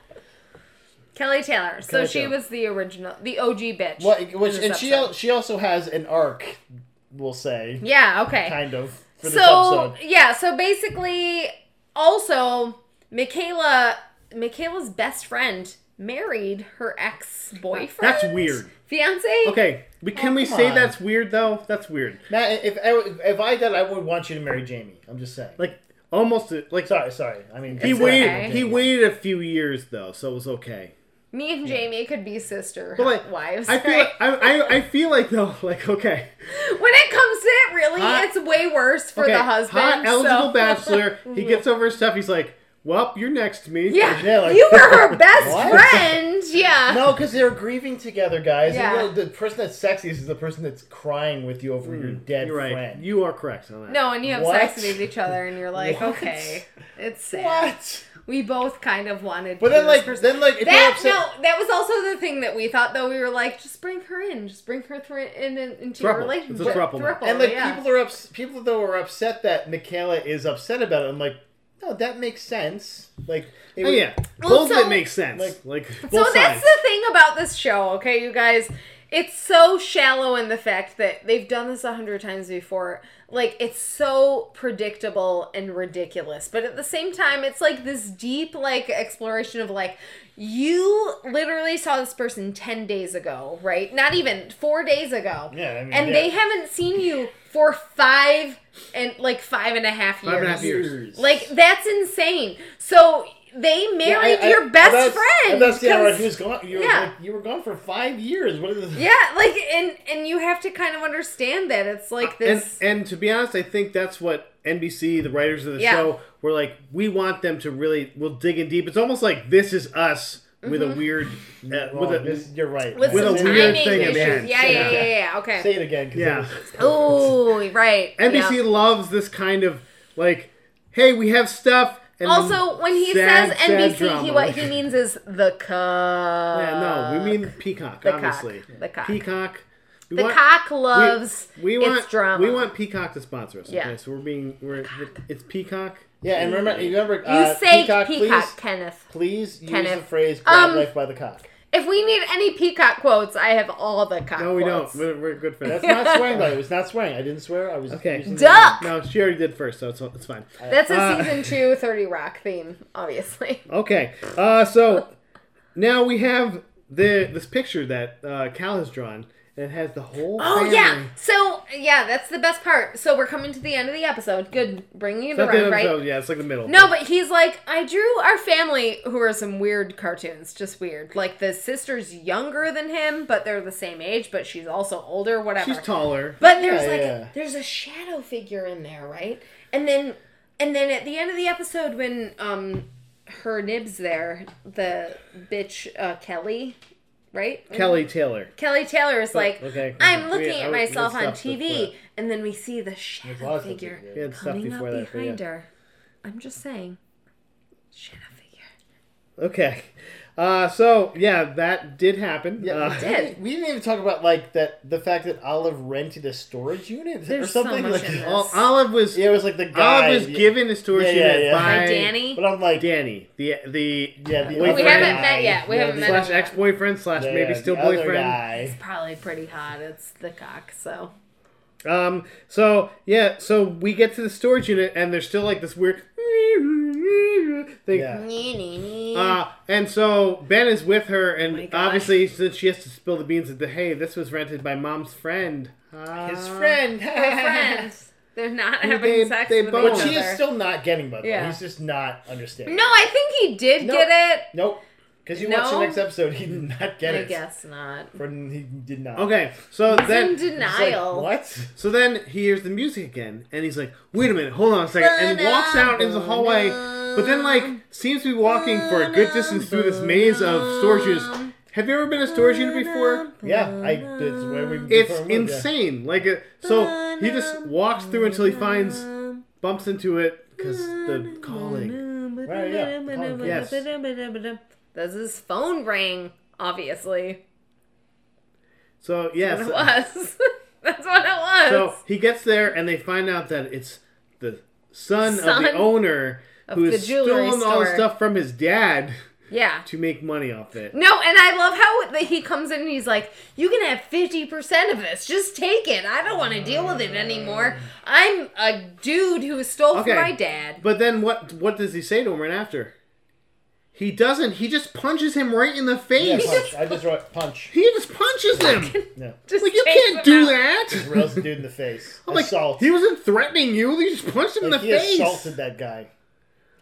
[SPEAKER 3] Kelly Taylor. So
[SPEAKER 2] Kelly
[SPEAKER 3] she
[SPEAKER 2] Taylor.
[SPEAKER 3] was the original, the OG bitch.
[SPEAKER 2] Well,
[SPEAKER 3] in
[SPEAKER 2] which
[SPEAKER 3] this
[SPEAKER 2] and she
[SPEAKER 3] episode.
[SPEAKER 2] al- she also has an arc, we'll say,
[SPEAKER 3] Yeah. Okay.
[SPEAKER 2] kind of for this
[SPEAKER 3] so
[SPEAKER 2] episode.
[SPEAKER 3] yeah. So basically, also Michaela, Michaela's best friend married her ex boyfriend.
[SPEAKER 1] That's weird.
[SPEAKER 3] Fiance.
[SPEAKER 1] Okay, we,
[SPEAKER 3] Oh,
[SPEAKER 1] can we
[SPEAKER 2] come
[SPEAKER 1] say
[SPEAKER 2] on.
[SPEAKER 1] that's weird though? That's weird.
[SPEAKER 2] Matt, if I, if I did, I would want you to marry Jamie. I'm just saying.
[SPEAKER 1] Like almost a- like
[SPEAKER 2] sorry, sorry. I mean,
[SPEAKER 1] he
[SPEAKER 2] it's-
[SPEAKER 1] waited.
[SPEAKER 3] okay.
[SPEAKER 1] He waited a few years though, so it was okay.
[SPEAKER 3] Me and Jamie could be sister
[SPEAKER 1] But like,
[SPEAKER 3] wives.
[SPEAKER 1] I feel
[SPEAKER 3] right?
[SPEAKER 1] I, I I feel like though *laughs* like okay.
[SPEAKER 3] when it comes to it, really,
[SPEAKER 1] Hot-
[SPEAKER 3] it's way worse for
[SPEAKER 1] okay,
[SPEAKER 3] the husband.
[SPEAKER 1] hot eligible
[SPEAKER 3] so-
[SPEAKER 1] bachelor. He gets over his stuff. He's like, "Well, you're next to me."
[SPEAKER 3] *laughs* Yeah,
[SPEAKER 2] Yeah, like-
[SPEAKER 3] you were her
[SPEAKER 1] *laughs*
[SPEAKER 3] best
[SPEAKER 2] What?
[SPEAKER 3] friend. Yeah.
[SPEAKER 2] No, because they're grieving together, guys. And
[SPEAKER 3] Yeah.
[SPEAKER 2] really, the person that's sexiest is the person that's crying with you over your dead
[SPEAKER 1] Mm, you're right.
[SPEAKER 2] friend.
[SPEAKER 1] You are correct on that.
[SPEAKER 3] No, and you have
[SPEAKER 2] What?
[SPEAKER 3] sex with each other, and
[SPEAKER 2] *laughs*
[SPEAKER 3] you're like,
[SPEAKER 2] What?
[SPEAKER 3] okay, it's sad.
[SPEAKER 2] what?
[SPEAKER 3] We both kind of wanted.
[SPEAKER 2] But
[SPEAKER 3] to
[SPEAKER 2] then,
[SPEAKER 3] do this
[SPEAKER 2] like,
[SPEAKER 3] person.
[SPEAKER 2] then, like, if you're
[SPEAKER 3] that
[SPEAKER 2] upset,
[SPEAKER 3] no, that was also the thing that we thought though. We were like, just bring her in, just bring her through in, in- into your
[SPEAKER 1] Thruple.
[SPEAKER 3] relationship.
[SPEAKER 1] It's a thruple now.
[SPEAKER 2] and like
[SPEAKER 3] yeah.
[SPEAKER 2] people are ups- people though are upset that Michaela is upset about it. I'm like, no, that makes sense. Like, it
[SPEAKER 1] Oh,
[SPEAKER 2] would-
[SPEAKER 1] yeah,
[SPEAKER 3] Well,
[SPEAKER 1] both
[SPEAKER 3] so-
[SPEAKER 1] of it makes sense.
[SPEAKER 2] Like-
[SPEAKER 1] Like,
[SPEAKER 3] so
[SPEAKER 1] both sides.
[SPEAKER 3] that's the thing about this show, okay, you guys. It's so shallow in the fact that they've done this a hundred times before. Like it's so predictable and ridiculous, but at the same time, it's like this deep like exploration of like you literally saw this person ten days ago, right? Not even four days ago.
[SPEAKER 2] Yeah, I mean,
[SPEAKER 3] and
[SPEAKER 2] yeah.
[SPEAKER 3] they haven't seen you for five and like five and a half years.
[SPEAKER 1] Five and a half years.
[SPEAKER 3] Like that's insane. So they
[SPEAKER 2] Yeah, I-
[SPEAKER 3] married
[SPEAKER 2] I-
[SPEAKER 3] your best
[SPEAKER 2] that's-
[SPEAKER 3] friend.
[SPEAKER 2] That's the irony.
[SPEAKER 3] 'cause-
[SPEAKER 2] He was gone. You were,
[SPEAKER 3] Yeah.
[SPEAKER 2] like, you were gone for five years. What is this?
[SPEAKER 3] yeah, like and and you have to kind of understand that it's like this.
[SPEAKER 1] And, and to be honest, I think that's what NBC, the writers of the
[SPEAKER 3] Yeah.
[SPEAKER 1] show, were like. We want them to really. We'll dig in deep. It's almost like this is us with
[SPEAKER 3] Mm-hmm.
[SPEAKER 1] a weird, uh,
[SPEAKER 2] Wrong.
[SPEAKER 1] with a
[SPEAKER 2] This- you're right.
[SPEAKER 3] with
[SPEAKER 1] with
[SPEAKER 3] some
[SPEAKER 1] a
[SPEAKER 3] timing
[SPEAKER 1] weird thing at
[SPEAKER 3] issues.
[SPEAKER 1] the end.
[SPEAKER 3] Yeah, yeah,
[SPEAKER 1] Yeah.
[SPEAKER 3] yeah, yeah. yeah, Okay.
[SPEAKER 2] Say it again. 'cause
[SPEAKER 1] Yeah.
[SPEAKER 2] it was-
[SPEAKER 3] *laughs* Oh, right.
[SPEAKER 1] NBC
[SPEAKER 3] yeah.
[SPEAKER 1] loves this kind of like, hey, we have stuff. And
[SPEAKER 3] Also, when he
[SPEAKER 1] sad,
[SPEAKER 3] says
[SPEAKER 1] sad
[SPEAKER 3] NBC, he
[SPEAKER 1] drama.
[SPEAKER 3] what he means is the
[SPEAKER 1] *laughs*
[SPEAKER 3] cock.
[SPEAKER 1] Yeah, no, we mean Peacock,
[SPEAKER 3] the cock.
[SPEAKER 1] obviously.
[SPEAKER 3] The cock.
[SPEAKER 1] Peacock. We
[SPEAKER 3] the
[SPEAKER 1] want-
[SPEAKER 3] cock
[SPEAKER 1] we-
[SPEAKER 3] loves
[SPEAKER 1] we want,
[SPEAKER 3] its drama.
[SPEAKER 1] We want Peacock to sponsor us. Okay,
[SPEAKER 3] Yeah.
[SPEAKER 1] so we're being we're it's Peacock.
[SPEAKER 2] yeah, and remember, you remember.
[SPEAKER 3] you
[SPEAKER 2] uh,
[SPEAKER 3] say
[SPEAKER 2] peacock,
[SPEAKER 3] peacock,
[SPEAKER 2] please,
[SPEAKER 3] Kenneth.
[SPEAKER 2] please use
[SPEAKER 3] Kenneth.
[SPEAKER 2] the phrase "grab
[SPEAKER 3] Um,
[SPEAKER 2] life by the cock."
[SPEAKER 3] If we need any peacock quotes, I have all the cock.
[SPEAKER 1] No, we
[SPEAKER 3] quotes.
[SPEAKER 1] don't. We're, we're good for
[SPEAKER 3] *laughs*
[SPEAKER 2] That's
[SPEAKER 1] that.
[SPEAKER 2] not swearing. By the way, it's not swearing. I didn't swear. I was
[SPEAKER 1] Okay.
[SPEAKER 2] using the-
[SPEAKER 3] Duck.
[SPEAKER 1] No, she already did first, so it's, it's fine.
[SPEAKER 3] That's a
[SPEAKER 1] Uh,
[SPEAKER 3] season two 30 Rock theme, obviously.
[SPEAKER 1] Okay, uh, so now we have the this picture that uh, Cal has drawn, and it has the whole.
[SPEAKER 3] *laughs* Oh
[SPEAKER 1] family.
[SPEAKER 3] yeah. So yeah, that's the best part. So we're coming to the end of the episode. Good, bringing it
[SPEAKER 1] Not the
[SPEAKER 3] around,
[SPEAKER 1] end
[SPEAKER 3] right?
[SPEAKER 1] episode, Yeah, it's like the middle.
[SPEAKER 3] No, but he's like, I drew our family, who are some weird cartoons, just weird. Like the sister's younger than him, but they're the same age, but she's also older, whatever.
[SPEAKER 1] she's taller.
[SPEAKER 3] But there's
[SPEAKER 2] Yeah,
[SPEAKER 3] like
[SPEAKER 2] yeah.
[SPEAKER 3] there's a shadow figure in there, right? And then and then at the end of the episode when um her nibs there, the bitch uh, Kelly, right?
[SPEAKER 1] Kelly Taylor.
[SPEAKER 3] Kelly Taylor is like,
[SPEAKER 1] okay.
[SPEAKER 3] I'm
[SPEAKER 1] We-
[SPEAKER 3] looking
[SPEAKER 1] I
[SPEAKER 3] at
[SPEAKER 1] would-
[SPEAKER 3] myself
[SPEAKER 1] we'll
[SPEAKER 3] on
[SPEAKER 1] stop with
[SPEAKER 3] TV,
[SPEAKER 1] that.
[SPEAKER 3] and then we see the
[SPEAKER 2] lots
[SPEAKER 3] shadow
[SPEAKER 2] of
[SPEAKER 3] figure
[SPEAKER 2] figure.
[SPEAKER 1] We had stuff
[SPEAKER 3] coming up
[SPEAKER 1] before that. but yeah.
[SPEAKER 3] behind her. I'm just saying, shadow figure.
[SPEAKER 1] Okay. Uh, so yeah, that did happen.
[SPEAKER 2] Yeah,
[SPEAKER 1] Uh,
[SPEAKER 2] we
[SPEAKER 3] did.
[SPEAKER 2] didn't- We didn't even talk about like that the fact that Olive rented a storage unit
[SPEAKER 3] There's
[SPEAKER 2] or
[SPEAKER 3] so
[SPEAKER 2] something.
[SPEAKER 3] much
[SPEAKER 2] like,
[SPEAKER 3] in this.
[SPEAKER 1] Ol- Olive was
[SPEAKER 2] Yeah, it was like the guy.
[SPEAKER 1] Olive was
[SPEAKER 2] yeah.
[SPEAKER 1] given his storage
[SPEAKER 2] Yeah, yeah,
[SPEAKER 1] unit
[SPEAKER 2] yeah.
[SPEAKER 1] by,
[SPEAKER 3] By Danny.
[SPEAKER 2] But I'm like,
[SPEAKER 1] Danny, the the
[SPEAKER 2] yeah, the
[SPEAKER 1] We
[SPEAKER 2] other
[SPEAKER 1] haven't
[SPEAKER 2] guy.
[SPEAKER 3] met yet. We
[SPEAKER 2] Yeah, the-
[SPEAKER 3] haven't met
[SPEAKER 1] slash ex boyfriend slash
[SPEAKER 2] yeah,
[SPEAKER 1] maybe
[SPEAKER 2] the
[SPEAKER 1] still
[SPEAKER 2] other
[SPEAKER 1] boyfriend.
[SPEAKER 2] guy.
[SPEAKER 3] It's probably pretty hot. It's the cock, so
[SPEAKER 1] Um. So yeah. So we get to the storage unit and there's still like this weird *laughs* thing.
[SPEAKER 2] Yeah.
[SPEAKER 1] Uh, and so Ben is with her,
[SPEAKER 3] my
[SPEAKER 1] and
[SPEAKER 3] God.
[SPEAKER 1] obviously since she has to spill the beans that the hey, this was rented by mom's friend. Uh,
[SPEAKER 2] His friend.
[SPEAKER 3] They're Oh. friends. They're not having
[SPEAKER 1] they-
[SPEAKER 3] sex
[SPEAKER 1] they
[SPEAKER 3] with
[SPEAKER 1] bone.
[SPEAKER 2] But
[SPEAKER 3] each
[SPEAKER 2] she is
[SPEAKER 3] other.
[SPEAKER 2] still not getting by the way.
[SPEAKER 3] Yeah.
[SPEAKER 2] He's just not understanding.
[SPEAKER 3] no, I think he did
[SPEAKER 2] No.
[SPEAKER 3] get it.
[SPEAKER 2] Nope. Because you watch the
[SPEAKER 3] No.
[SPEAKER 2] next episode, he did not get
[SPEAKER 3] I
[SPEAKER 2] it.
[SPEAKER 3] guess not.
[SPEAKER 2] For- he did not.
[SPEAKER 1] Okay. So
[SPEAKER 3] He's
[SPEAKER 1] then
[SPEAKER 3] in
[SPEAKER 2] It's like,
[SPEAKER 3] denial.
[SPEAKER 2] what?
[SPEAKER 1] So then he hears the music again, and he's like, "Wait a minute, hold on a second, and walks out into the hallway. But then, like, seems to be walking for a good distance through this maze of storage units. Have you ever been in a storage unit before?
[SPEAKER 2] Yeah, I. It's where
[SPEAKER 1] It's
[SPEAKER 2] we. before we moved, yeah.
[SPEAKER 1] insane. Like, uh, so he just walks through until he finds, bumps into it because the calling.
[SPEAKER 2] Right, yeah, the calling.
[SPEAKER 1] Yes.
[SPEAKER 3] Does his phone ring? Obviously,
[SPEAKER 1] So
[SPEAKER 3] *laughs*
[SPEAKER 1] yes,
[SPEAKER 3] it was. That's what it was.
[SPEAKER 1] so he gets there, and they find out that it's the son, of
[SPEAKER 3] Son
[SPEAKER 1] the owner
[SPEAKER 3] of
[SPEAKER 1] who
[SPEAKER 3] the
[SPEAKER 1] has
[SPEAKER 3] jewelry
[SPEAKER 1] stolen all the
[SPEAKER 3] store.
[SPEAKER 1] stuff from his dad
[SPEAKER 3] Yeah.
[SPEAKER 1] to make money off it.
[SPEAKER 3] No, and I love how that he comes in and he's like, "You can have fifty percent of this. Just take it. I don't want to deal with it anymore. I'm a dude who stole
[SPEAKER 1] Okay.
[SPEAKER 3] from my dad."
[SPEAKER 1] But then what what does he say to him right after? He doesn't. He just punches him right in the
[SPEAKER 2] Yeah,
[SPEAKER 1] face.
[SPEAKER 2] punch. I just wrote punch.
[SPEAKER 1] He just punches him.
[SPEAKER 2] No.
[SPEAKER 3] *laughs* Just
[SPEAKER 1] Like you
[SPEAKER 3] takes
[SPEAKER 1] can't
[SPEAKER 3] him
[SPEAKER 1] do
[SPEAKER 3] out.
[SPEAKER 1] *laughs* that.
[SPEAKER 2] Rails the dude in the face.
[SPEAKER 1] *laughs* I'm like,
[SPEAKER 2] Assault.
[SPEAKER 1] he wasn't threatening you. He just punched him
[SPEAKER 2] Like,
[SPEAKER 1] in
[SPEAKER 2] he
[SPEAKER 1] the face.
[SPEAKER 2] assaulted that guy.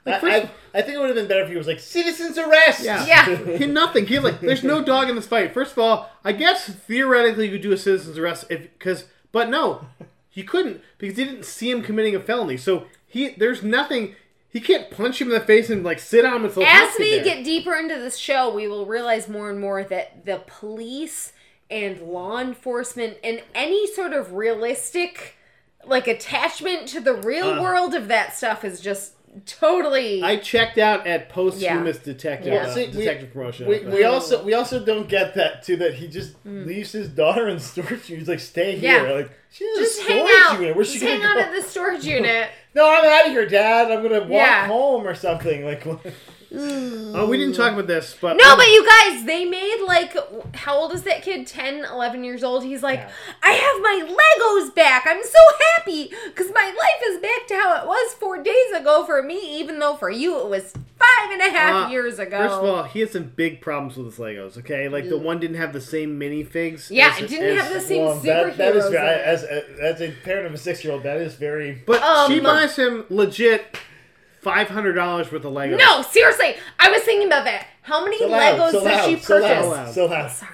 [SPEAKER 1] Like,
[SPEAKER 2] I,
[SPEAKER 1] first-
[SPEAKER 2] I, I think it would have been better if he was like, citizens arrest!
[SPEAKER 1] Yeah. *laughs*
[SPEAKER 3] Yeah.
[SPEAKER 1] He had nothing. He had, like there's
[SPEAKER 2] *laughs*
[SPEAKER 1] no dog in this fight. First of all, I guess theoretically you could do a citizen's arrest if because but no, he couldn't because he didn't see him committing a felony. So he there's nothing. He can't punch him in the face and like sit on him until
[SPEAKER 3] As
[SPEAKER 1] he's
[SPEAKER 3] we
[SPEAKER 1] there.
[SPEAKER 3] get deeper into this show, we will realize more and more that the police and law enforcement and any sort of realistic like attachment to the real world of that stuff is just totally
[SPEAKER 1] Uh. I checked out at posthumous detective
[SPEAKER 3] Yeah.
[SPEAKER 1] uh,
[SPEAKER 2] See, we-
[SPEAKER 1] detective promotion.
[SPEAKER 2] We, we also we also don't get that too that he just leaves his daughter in storage. He's like, stay here.
[SPEAKER 3] Hmm. Yeah.
[SPEAKER 2] Like she
[SPEAKER 3] just
[SPEAKER 2] just a
[SPEAKER 3] hang
[SPEAKER 2] storage
[SPEAKER 3] out.
[SPEAKER 2] unit. Where's she
[SPEAKER 3] Just
[SPEAKER 2] gonna
[SPEAKER 3] hang out
[SPEAKER 2] go?
[SPEAKER 3] at the
[SPEAKER 2] *laughs*
[SPEAKER 3] storage unit.
[SPEAKER 2] no, I'm out of here, Dad. I'm gonna walk
[SPEAKER 3] Yeah.
[SPEAKER 2] home or something. Like *laughs*
[SPEAKER 1] oh, we didn't talk about this, but um,
[SPEAKER 3] No, but you guys, they made like, how old is that kid? 10, 11 years old. He's like,
[SPEAKER 2] Yeah.
[SPEAKER 3] I have my Legos back. I'm so happy because my life is back to how it was four days ago for me, even though for you it was five and a half
[SPEAKER 1] Uh,
[SPEAKER 3] years ago.
[SPEAKER 1] First of all, he had some big problems with his Legos. Okay, like the one didn't have the same minifigs.
[SPEAKER 3] yeah,
[SPEAKER 1] as-
[SPEAKER 3] it didn't
[SPEAKER 1] as-
[SPEAKER 3] have the same
[SPEAKER 2] well, that, that is
[SPEAKER 3] superheroes in
[SPEAKER 2] very,
[SPEAKER 3] it.
[SPEAKER 2] as as a parent of a six year old, that is very.
[SPEAKER 1] But
[SPEAKER 3] Um,
[SPEAKER 1] she buys him legit five hundred dollars worth of Legos.
[SPEAKER 3] No, seriously, I was thinking about that. How many
[SPEAKER 2] So loud,
[SPEAKER 3] Legos
[SPEAKER 2] so
[SPEAKER 3] did
[SPEAKER 2] loud,
[SPEAKER 3] she
[SPEAKER 2] so loud,
[SPEAKER 3] purchase?
[SPEAKER 2] So loud.
[SPEAKER 3] Sorry.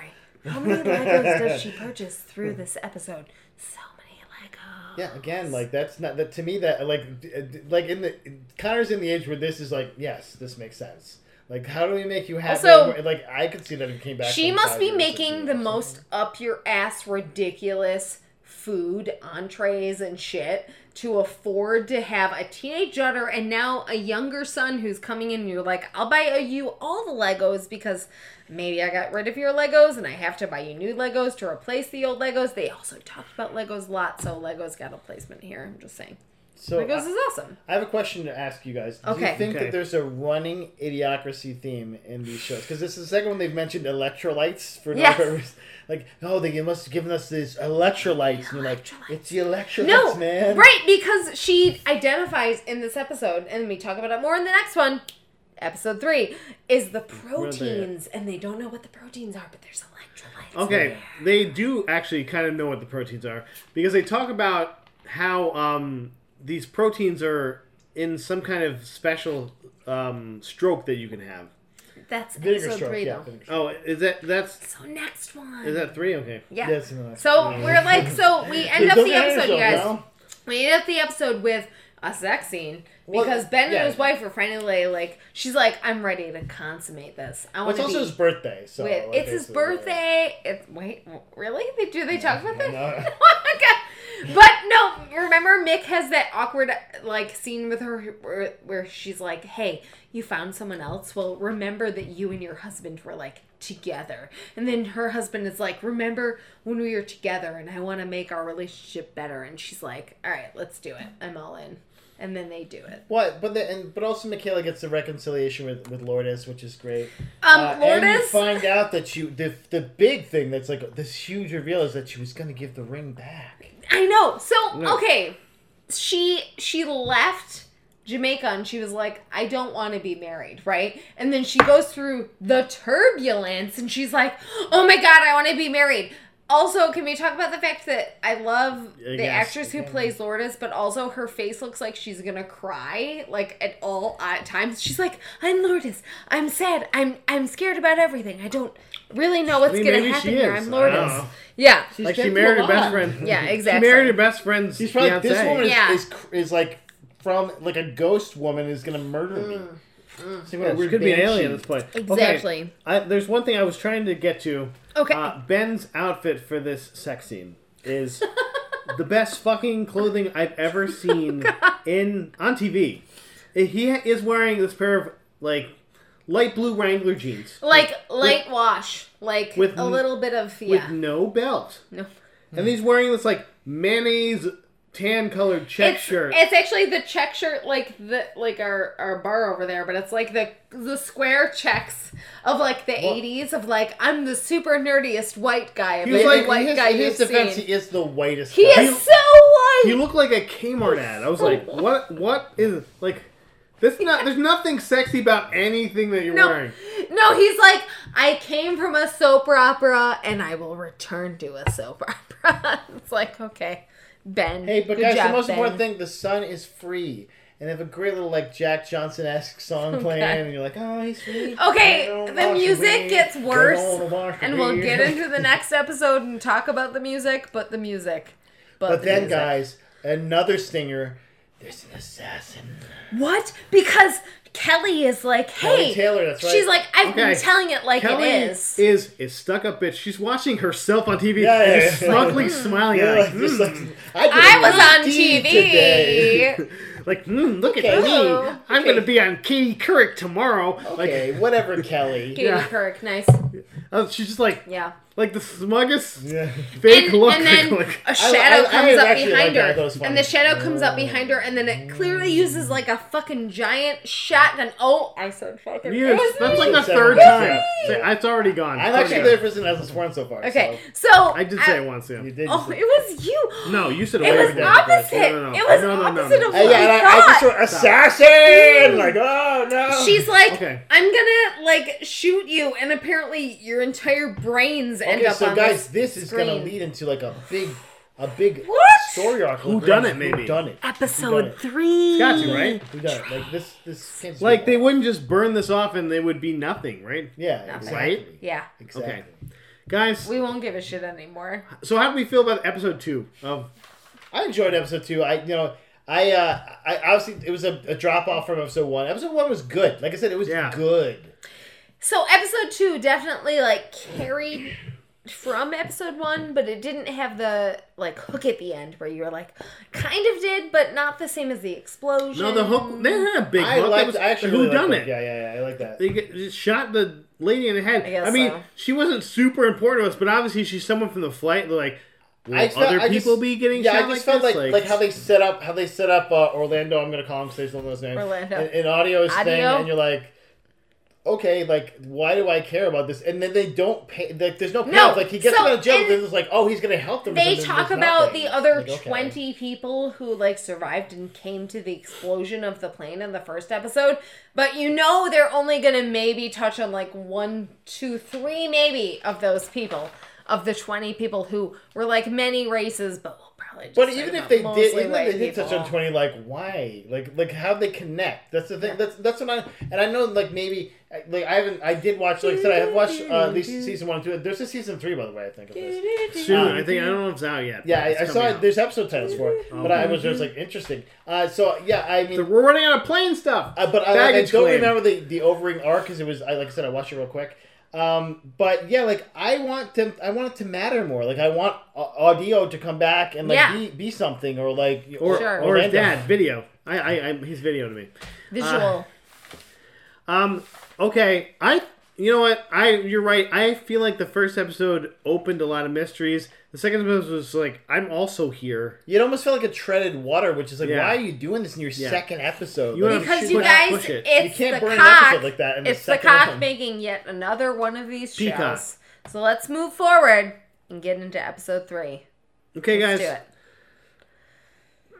[SPEAKER 3] How many Legos
[SPEAKER 2] *laughs*
[SPEAKER 3] does she purchase through this episode? So many Legos.
[SPEAKER 2] Yeah, again, like that's not that to me that like d- d- like in the Connor's in the age where this is like yes, this makes sense. Like how do we make you happy?
[SPEAKER 3] Also-
[SPEAKER 2] like I could see that it came back.
[SPEAKER 3] She
[SPEAKER 2] from
[SPEAKER 3] must
[SPEAKER 2] five
[SPEAKER 3] be
[SPEAKER 2] years
[SPEAKER 3] making
[SPEAKER 2] ago.
[SPEAKER 3] the most up your ass ridiculous food, entrees, and shit to afford to have a teenage daughter and now a younger son who's coming in. And you're like, I'll buy you all the Legos because maybe I got rid of your Legos and I have to buy you new Legos to replace the old Legos. They also talked about Legos a lot, so Legos got a placement here. I'm just saying.
[SPEAKER 2] So
[SPEAKER 3] Legos
[SPEAKER 2] I-
[SPEAKER 3] is awesome.
[SPEAKER 2] I have a question to ask you guys. Do
[SPEAKER 3] Okay.
[SPEAKER 2] you think
[SPEAKER 1] Okay.
[SPEAKER 2] that there's a running idiocracy theme in these shows? Because this is the second one they've mentioned electrolytes for no
[SPEAKER 3] Yes.
[SPEAKER 2] apparent reason. Like, oh, they must have given us these electrolytes. And you're like, it's the electrolytes,
[SPEAKER 3] No,
[SPEAKER 2] man.
[SPEAKER 3] right? Because she identifies in this episode, and we talk about it more in the next one. Episode three is the proteins, and they don't know what the proteins are, but there's electrolytes.
[SPEAKER 1] Okay, they do actually kind of know what the proteins are because they talk about how um, these proteins are in some kind of special um, stroke that you can have.
[SPEAKER 3] that's
[SPEAKER 2] Vinegar
[SPEAKER 3] episode
[SPEAKER 2] stroke,
[SPEAKER 3] three,
[SPEAKER 2] yeah.
[SPEAKER 3] though.
[SPEAKER 2] vinegar stroke.
[SPEAKER 1] Oh, is that that's
[SPEAKER 3] So next one.
[SPEAKER 1] is that three? Okay.
[SPEAKER 3] yeah.
[SPEAKER 2] Yeah, it's in the next
[SPEAKER 3] so
[SPEAKER 2] one.
[SPEAKER 3] we're like, so we end up
[SPEAKER 2] Don't
[SPEAKER 3] the
[SPEAKER 2] get ahead of
[SPEAKER 3] episode, you guys.
[SPEAKER 2] yourself, Val.
[SPEAKER 3] We end up the episode with a sex scene
[SPEAKER 2] Well,
[SPEAKER 3] because Ben
[SPEAKER 2] yeah.
[SPEAKER 3] and his wife are finally like, she's like, I'm ready to consummate this. I want
[SPEAKER 2] It's
[SPEAKER 3] to be
[SPEAKER 2] also his birthday. So
[SPEAKER 3] with.
[SPEAKER 2] like,
[SPEAKER 3] it's his
[SPEAKER 2] basically,
[SPEAKER 3] birthday. It's wait, really? They do they
[SPEAKER 2] *laughs*
[SPEAKER 3] talk about that? *laughs*
[SPEAKER 2] no.
[SPEAKER 3] oh my god! But no, remember Mick has that awkward like scene with her where, where she's like, "Hey, you found someone else. Well, remember that you and your husband were like." together and then her husband is like remember when we were together and i want to make our relationship better and she's like all right let's do it i'm all in and then they do it
[SPEAKER 2] What? But the, and but also Michaela gets the reconciliation with with Lourdes, which is great.
[SPEAKER 3] um
[SPEAKER 2] Uh, And you
[SPEAKER 3] lourdes
[SPEAKER 2] find out that you the the big thing that's like this huge reveal is that she was gonna give the ring back.
[SPEAKER 3] I know. So okay, she she left Jamaica and she was like, I don't want to be married, right? And then she goes through the turbulence and she's like, Oh my god, I want to be married. Also, can we talk about the fact that I love the
[SPEAKER 1] yes,
[SPEAKER 3] actress who plays Lourdes, but also her face looks like she's gonna cry, like at all uh, times. She's like, "I'm Lourdes. I'm sad. I'm I'm scared about everything. I don't really know what's
[SPEAKER 1] mean,
[SPEAKER 3] gonna
[SPEAKER 1] maybe she
[SPEAKER 3] happen here.
[SPEAKER 1] is.
[SPEAKER 3] I'm
[SPEAKER 1] I don't
[SPEAKER 3] Lourdes."
[SPEAKER 1] know.
[SPEAKER 3] Yeah,
[SPEAKER 1] Like
[SPEAKER 2] been
[SPEAKER 1] she
[SPEAKER 2] through
[SPEAKER 1] married
[SPEAKER 2] a
[SPEAKER 1] her best
[SPEAKER 2] lot.
[SPEAKER 1] friend.
[SPEAKER 3] *laughs* yeah,
[SPEAKER 1] She
[SPEAKER 3] exactly.
[SPEAKER 1] married her best friend's
[SPEAKER 2] She's probably
[SPEAKER 1] fiance.
[SPEAKER 2] this woman is,
[SPEAKER 3] Yeah.
[SPEAKER 2] is cr- is like from like a ghost woman is gonna murder me.
[SPEAKER 3] Mm,
[SPEAKER 2] See what a
[SPEAKER 1] Yeah, she
[SPEAKER 2] weird
[SPEAKER 1] could be an
[SPEAKER 2] banshee.
[SPEAKER 1] alien at this point. Okay,
[SPEAKER 3] Exactly.
[SPEAKER 1] I, there's one thing I was trying to get to.
[SPEAKER 3] Okay.
[SPEAKER 1] Uh, Ben's outfit for this sex scene is the best fucking clothing I've
[SPEAKER 3] *laughs* Oh,
[SPEAKER 1] ever seen in on TV. He is wearing this pair of like light blue Wrangler jeans
[SPEAKER 3] like light wash, like
[SPEAKER 1] with
[SPEAKER 3] a
[SPEAKER 1] n-
[SPEAKER 3] little bit of yeah.
[SPEAKER 1] with no belt,
[SPEAKER 3] no.
[SPEAKER 1] and he's wearing this like mayonnaise tan colored check
[SPEAKER 3] it's,
[SPEAKER 1] shirt.
[SPEAKER 3] It's actually the check shirt, like the like our our bar over there, but it's like the the square checks of like the '80s of like I'm the super nerdiest white guy of
[SPEAKER 1] He was
[SPEAKER 3] any
[SPEAKER 1] like-
[SPEAKER 3] white
[SPEAKER 2] in his,
[SPEAKER 3] guy
[SPEAKER 2] in his
[SPEAKER 3] you've
[SPEAKER 2] defense,
[SPEAKER 3] seen.
[SPEAKER 2] he is the whitest.
[SPEAKER 3] He
[SPEAKER 2] guy.
[SPEAKER 3] is so white.
[SPEAKER 1] you look like a Kmart ad. I was
[SPEAKER 3] *laughs*
[SPEAKER 1] like, what? What is like? This not. There's nothing sexy about anything that you're
[SPEAKER 3] No.
[SPEAKER 1] wearing.
[SPEAKER 3] no, he's like I came from a soap opera and I will return to a soap opera. *laughs* it's like okay, Ben.
[SPEAKER 2] Hey, but
[SPEAKER 3] good
[SPEAKER 2] guys,
[SPEAKER 3] job,
[SPEAKER 2] the most
[SPEAKER 3] Ben.
[SPEAKER 2] important thing: the sun is free, and they have a great little like Jack Johnson-esque
[SPEAKER 3] *laughs*
[SPEAKER 2] song playing, and you're like, oh, he's free.
[SPEAKER 3] Okay,
[SPEAKER 2] I don't
[SPEAKER 3] the
[SPEAKER 2] want to
[SPEAKER 3] music
[SPEAKER 2] be,
[SPEAKER 3] gets
[SPEAKER 2] don't
[SPEAKER 3] worse,
[SPEAKER 2] wanna wash
[SPEAKER 3] and we'll
[SPEAKER 2] away. *laughs*
[SPEAKER 3] get into the next episode and talk about the music, but the music. But,
[SPEAKER 2] But
[SPEAKER 3] the
[SPEAKER 2] then,
[SPEAKER 3] music.
[SPEAKER 2] guys, another stinger. There's an assassin.
[SPEAKER 3] What? Because Kelly is like,
[SPEAKER 2] Kelly
[SPEAKER 3] hey,
[SPEAKER 2] Taylor, that's right.
[SPEAKER 3] She's like, I've been
[SPEAKER 1] Okay.
[SPEAKER 3] telling it like
[SPEAKER 1] Kelly
[SPEAKER 3] it is.
[SPEAKER 1] is is stuck up bitch. She's watching herself on TV,
[SPEAKER 2] Yeah, yeah,
[SPEAKER 1] and
[SPEAKER 2] yeah.
[SPEAKER 1] just smugly smiling
[SPEAKER 2] You're
[SPEAKER 1] at
[SPEAKER 2] like, hmm.
[SPEAKER 1] like,
[SPEAKER 2] just
[SPEAKER 1] mm,
[SPEAKER 2] like, I, did
[SPEAKER 3] I was on
[SPEAKER 2] 19
[SPEAKER 3] TV. *laughs*
[SPEAKER 2] today.
[SPEAKER 1] like mm, look
[SPEAKER 2] Okay.
[SPEAKER 1] at me.
[SPEAKER 3] Oh,
[SPEAKER 1] I'm
[SPEAKER 2] okay.
[SPEAKER 1] gonna be on Katie Couric tomorrow.
[SPEAKER 2] Okay,
[SPEAKER 1] Like
[SPEAKER 2] whatever, Kelly.
[SPEAKER 3] *laughs* Katie
[SPEAKER 1] Yeah.
[SPEAKER 3] Couric, nice.
[SPEAKER 1] uh, she's just like
[SPEAKER 3] Yeah.
[SPEAKER 1] like the smuggest
[SPEAKER 2] *laughs* Yeah.
[SPEAKER 1] fake
[SPEAKER 3] And,
[SPEAKER 1] look.
[SPEAKER 3] and then
[SPEAKER 1] *laughs* like,
[SPEAKER 3] a shadow
[SPEAKER 2] I- I
[SPEAKER 3] comes up
[SPEAKER 2] actually
[SPEAKER 3] behind
[SPEAKER 2] liked that. I thought it
[SPEAKER 3] her.
[SPEAKER 2] was funny.
[SPEAKER 3] And the shadow comes up behind her, and then it clearly uses like a fucking giant shotgun. Oh, I said fucking.
[SPEAKER 1] Yes,
[SPEAKER 3] it was
[SPEAKER 1] that's
[SPEAKER 3] me.
[SPEAKER 1] like the
[SPEAKER 2] Seven.
[SPEAKER 1] third
[SPEAKER 2] Yeah.
[SPEAKER 1] time. Say, It's already gone.
[SPEAKER 2] I'm
[SPEAKER 1] It's already
[SPEAKER 2] actually
[SPEAKER 1] gone.
[SPEAKER 2] the person that hasn't sworn so far.
[SPEAKER 3] Okay, Oh,
[SPEAKER 2] so
[SPEAKER 3] so.
[SPEAKER 1] I did say it once, yeah.
[SPEAKER 2] you did.
[SPEAKER 3] Oh,
[SPEAKER 2] just-
[SPEAKER 3] it was you.
[SPEAKER 1] No, you said
[SPEAKER 3] It
[SPEAKER 1] way
[SPEAKER 3] was
[SPEAKER 1] before.
[SPEAKER 3] opposite.
[SPEAKER 1] No, no, no.
[SPEAKER 3] It was
[SPEAKER 1] No, no, no,
[SPEAKER 3] opposite
[SPEAKER 1] no.
[SPEAKER 3] of
[SPEAKER 2] Uh,
[SPEAKER 3] what
[SPEAKER 2] yeah, and I,
[SPEAKER 3] I,
[SPEAKER 2] I
[SPEAKER 3] thought.
[SPEAKER 2] just went assassin. Like, oh no.
[SPEAKER 3] She's like,
[SPEAKER 1] Okay.
[SPEAKER 3] I'm gonna like shoot you, and apparently your entire brains end
[SPEAKER 2] Okay,
[SPEAKER 3] up
[SPEAKER 2] so
[SPEAKER 3] on
[SPEAKER 2] guys,
[SPEAKER 3] this,
[SPEAKER 2] this is going to
[SPEAKER 3] screen.
[SPEAKER 2] lead into like a big, a big
[SPEAKER 3] What?
[SPEAKER 2] story arc.
[SPEAKER 1] Who done it, maybe?
[SPEAKER 2] Who done it? Who done
[SPEAKER 3] Episode
[SPEAKER 2] it?
[SPEAKER 3] three.
[SPEAKER 1] Got you, right?
[SPEAKER 2] Who done it? Like this, this. can't just be
[SPEAKER 1] Like, they
[SPEAKER 2] one.
[SPEAKER 1] wouldn't just burn this off and they would be nothing, right?
[SPEAKER 2] Yeah, exactly.
[SPEAKER 1] Right?
[SPEAKER 3] Yeah,
[SPEAKER 2] Exactly.
[SPEAKER 1] Okay. Guys,
[SPEAKER 3] we won't give a shit anymore.
[SPEAKER 1] so how do we feel about episode two of.
[SPEAKER 2] I enjoyed episode two. I, you know, I, uh, I obviously it was a, a drop off from episode one. Episode one was good. Like I said, it was
[SPEAKER 1] Yeah.
[SPEAKER 2] good.
[SPEAKER 3] So episode two definitely like carried from episode one, but it didn't have the like hook at the end where you were like, kind of did, but not the same as the explosion.
[SPEAKER 1] No, the hook. They had a big
[SPEAKER 2] I
[SPEAKER 1] hook.
[SPEAKER 2] liked.
[SPEAKER 1] That was
[SPEAKER 2] I actually
[SPEAKER 1] who
[SPEAKER 2] really
[SPEAKER 1] done
[SPEAKER 2] liked
[SPEAKER 1] it.
[SPEAKER 2] that. Yeah, yeah, yeah. I like that.
[SPEAKER 1] They get, just shot the lady in the head. I,
[SPEAKER 3] guess
[SPEAKER 1] mean,
[SPEAKER 3] so.
[SPEAKER 1] she wasn't super important to us, but obviously she's someone from the flight. They're like, will
[SPEAKER 2] I just felt-
[SPEAKER 1] other
[SPEAKER 2] I just-
[SPEAKER 1] people be getting
[SPEAKER 2] yeah,
[SPEAKER 1] shot
[SPEAKER 2] I just
[SPEAKER 1] like
[SPEAKER 2] felt
[SPEAKER 1] this?
[SPEAKER 2] like, like how they set up how they set up uh, Orlando. I'm gonna call him say something those names.
[SPEAKER 3] Orlando.
[SPEAKER 2] in, in audio's thing,
[SPEAKER 3] Audio.
[SPEAKER 2] and you're like, okay, like why do I care about this? And then they don't pay. Like, there's no payoff. Like he gets
[SPEAKER 3] so-
[SPEAKER 2] him out of jail, but
[SPEAKER 3] and
[SPEAKER 2] then it's like, oh, he's gonna help them. or
[SPEAKER 3] they
[SPEAKER 2] something,
[SPEAKER 3] talk
[SPEAKER 2] there's
[SPEAKER 3] about
[SPEAKER 2] nothing.
[SPEAKER 3] the other
[SPEAKER 2] Like, okay.
[SPEAKER 3] 20 people who like survived and came to the explosion of the plane in the first episode but you know they're only gonna maybe touch on like one two three maybe of those people of the 20 people who were like many races but we'll probably just
[SPEAKER 2] But
[SPEAKER 3] talk
[SPEAKER 2] even if
[SPEAKER 3] about
[SPEAKER 2] they
[SPEAKER 3] mostly
[SPEAKER 2] did, even
[SPEAKER 3] white
[SPEAKER 2] if they did touch
[SPEAKER 3] people.
[SPEAKER 2] on twenty, like why? Like like how they connect? That's the thing.
[SPEAKER 3] Yeah.
[SPEAKER 2] That's that's what I and I know like maybe like I haven't I did watch like I said I have watched uh, at least season one and two. There's a season three by the way. I think of this.
[SPEAKER 1] Soon,
[SPEAKER 2] Um,
[SPEAKER 1] I think. I don't know if it's out yet.
[SPEAKER 2] Yeah,
[SPEAKER 1] It's
[SPEAKER 2] I, I
[SPEAKER 1] coming
[SPEAKER 2] saw
[SPEAKER 1] out.
[SPEAKER 2] it. There's episode titles for it,
[SPEAKER 1] Oh,
[SPEAKER 2] but I was just like interesting. Uh, so yeah, I mean,
[SPEAKER 1] They're- We're running out of plane stuff.
[SPEAKER 2] uh, but I, like, I
[SPEAKER 1] Baggage
[SPEAKER 2] don't
[SPEAKER 1] claim.
[SPEAKER 2] remember the the overing arc because it was I like I said I watched it real quick. Um, but yeah, like I want them, I want it to matter more. Like I want uh, audio to come back and like
[SPEAKER 3] Yeah.
[SPEAKER 2] be, be something or like
[SPEAKER 1] or
[SPEAKER 3] Sure.
[SPEAKER 1] or his
[SPEAKER 2] Orlando.
[SPEAKER 1] dad video. I I I'm, he's video to me.
[SPEAKER 2] Ah.
[SPEAKER 3] visual
[SPEAKER 1] Um. Okay. I. You know what? I. You're right. I feel like the first episode opened a lot of mysteries. The second episode was like, I'm also here.
[SPEAKER 2] You'd almost feel like a treaded water, which is like,
[SPEAKER 1] Yeah.
[SPEAKER 2] why are you doing this in your second episode?
[SPEAKER 1] You
[SPEAKER 2] Like,
[SPEAKER 1] wanna-
[SPEAKER 3] because
[SPEAKER 1] push
[SPEAKER 3] you
[SPEAKER 1] it,
[SPEAKER 3] guys
[SPEAKER 1] push it.
[SPEAKER 3] it's
[SPEAKER 2] You can't
[SPEAKER 3] the
[SPEAKER 2] burn an
[SPEAKER 3] cock
[SPEAKER 2] episode like that in the
[SPEAKER 3] it's the
[SPEAKER 2] second
[SPEAKER 3] cock
[SPEAKER 2] one.
[SPEAKER 3] making yet another one of these
[SPEAKER 1] Peacock.
[SPEAKER 3] shows so let's move forward and get into episode three
[SPEAKER 1] Okay, guys.
[SPEAKER 3] let's do it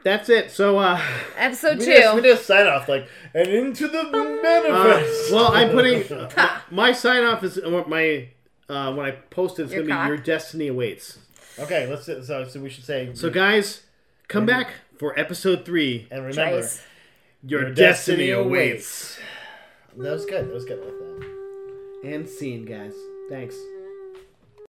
[SPEAKER 1] That's it. So. uh... *laughs*
[SPEAKER 3] Episode
[SPEAKER 2] we
[SPEAKER 3] two. Um,
[SPEAKER 2] just, we just sign off like and into the
[SPEAKER 1] uh,
[SPEAKER 2] manifest.
[SPEAKER 1] well, I'm putting my sign off is or my uh, when I post it, it's
[SPEAKER 3] Your
[SPEAKER 1] gonna
[SPEAKER 3] cock.
[SPEAKER 1] be your destiny awaits.
[SPEAKER 2] okay, let's so, so we should say
[SPEAKER 1] So guys, come
[SPEAKER 2] Mm-hmm.
[SPEAKER 1] back for episode three.
[SPEAKER 2] and remember
[SPEAKER 3] Trace.
[SPEAKER 1] Your,
[SPEAKER 2] Your
[SPEAKER 1] destiny,
[SPEAKER 2] destiny
[SPEAKER 1] awaits.
[SPEAKER 2] that was good. That was good. I like that.
[SPEAKER 1] And scene, guys. Thanks.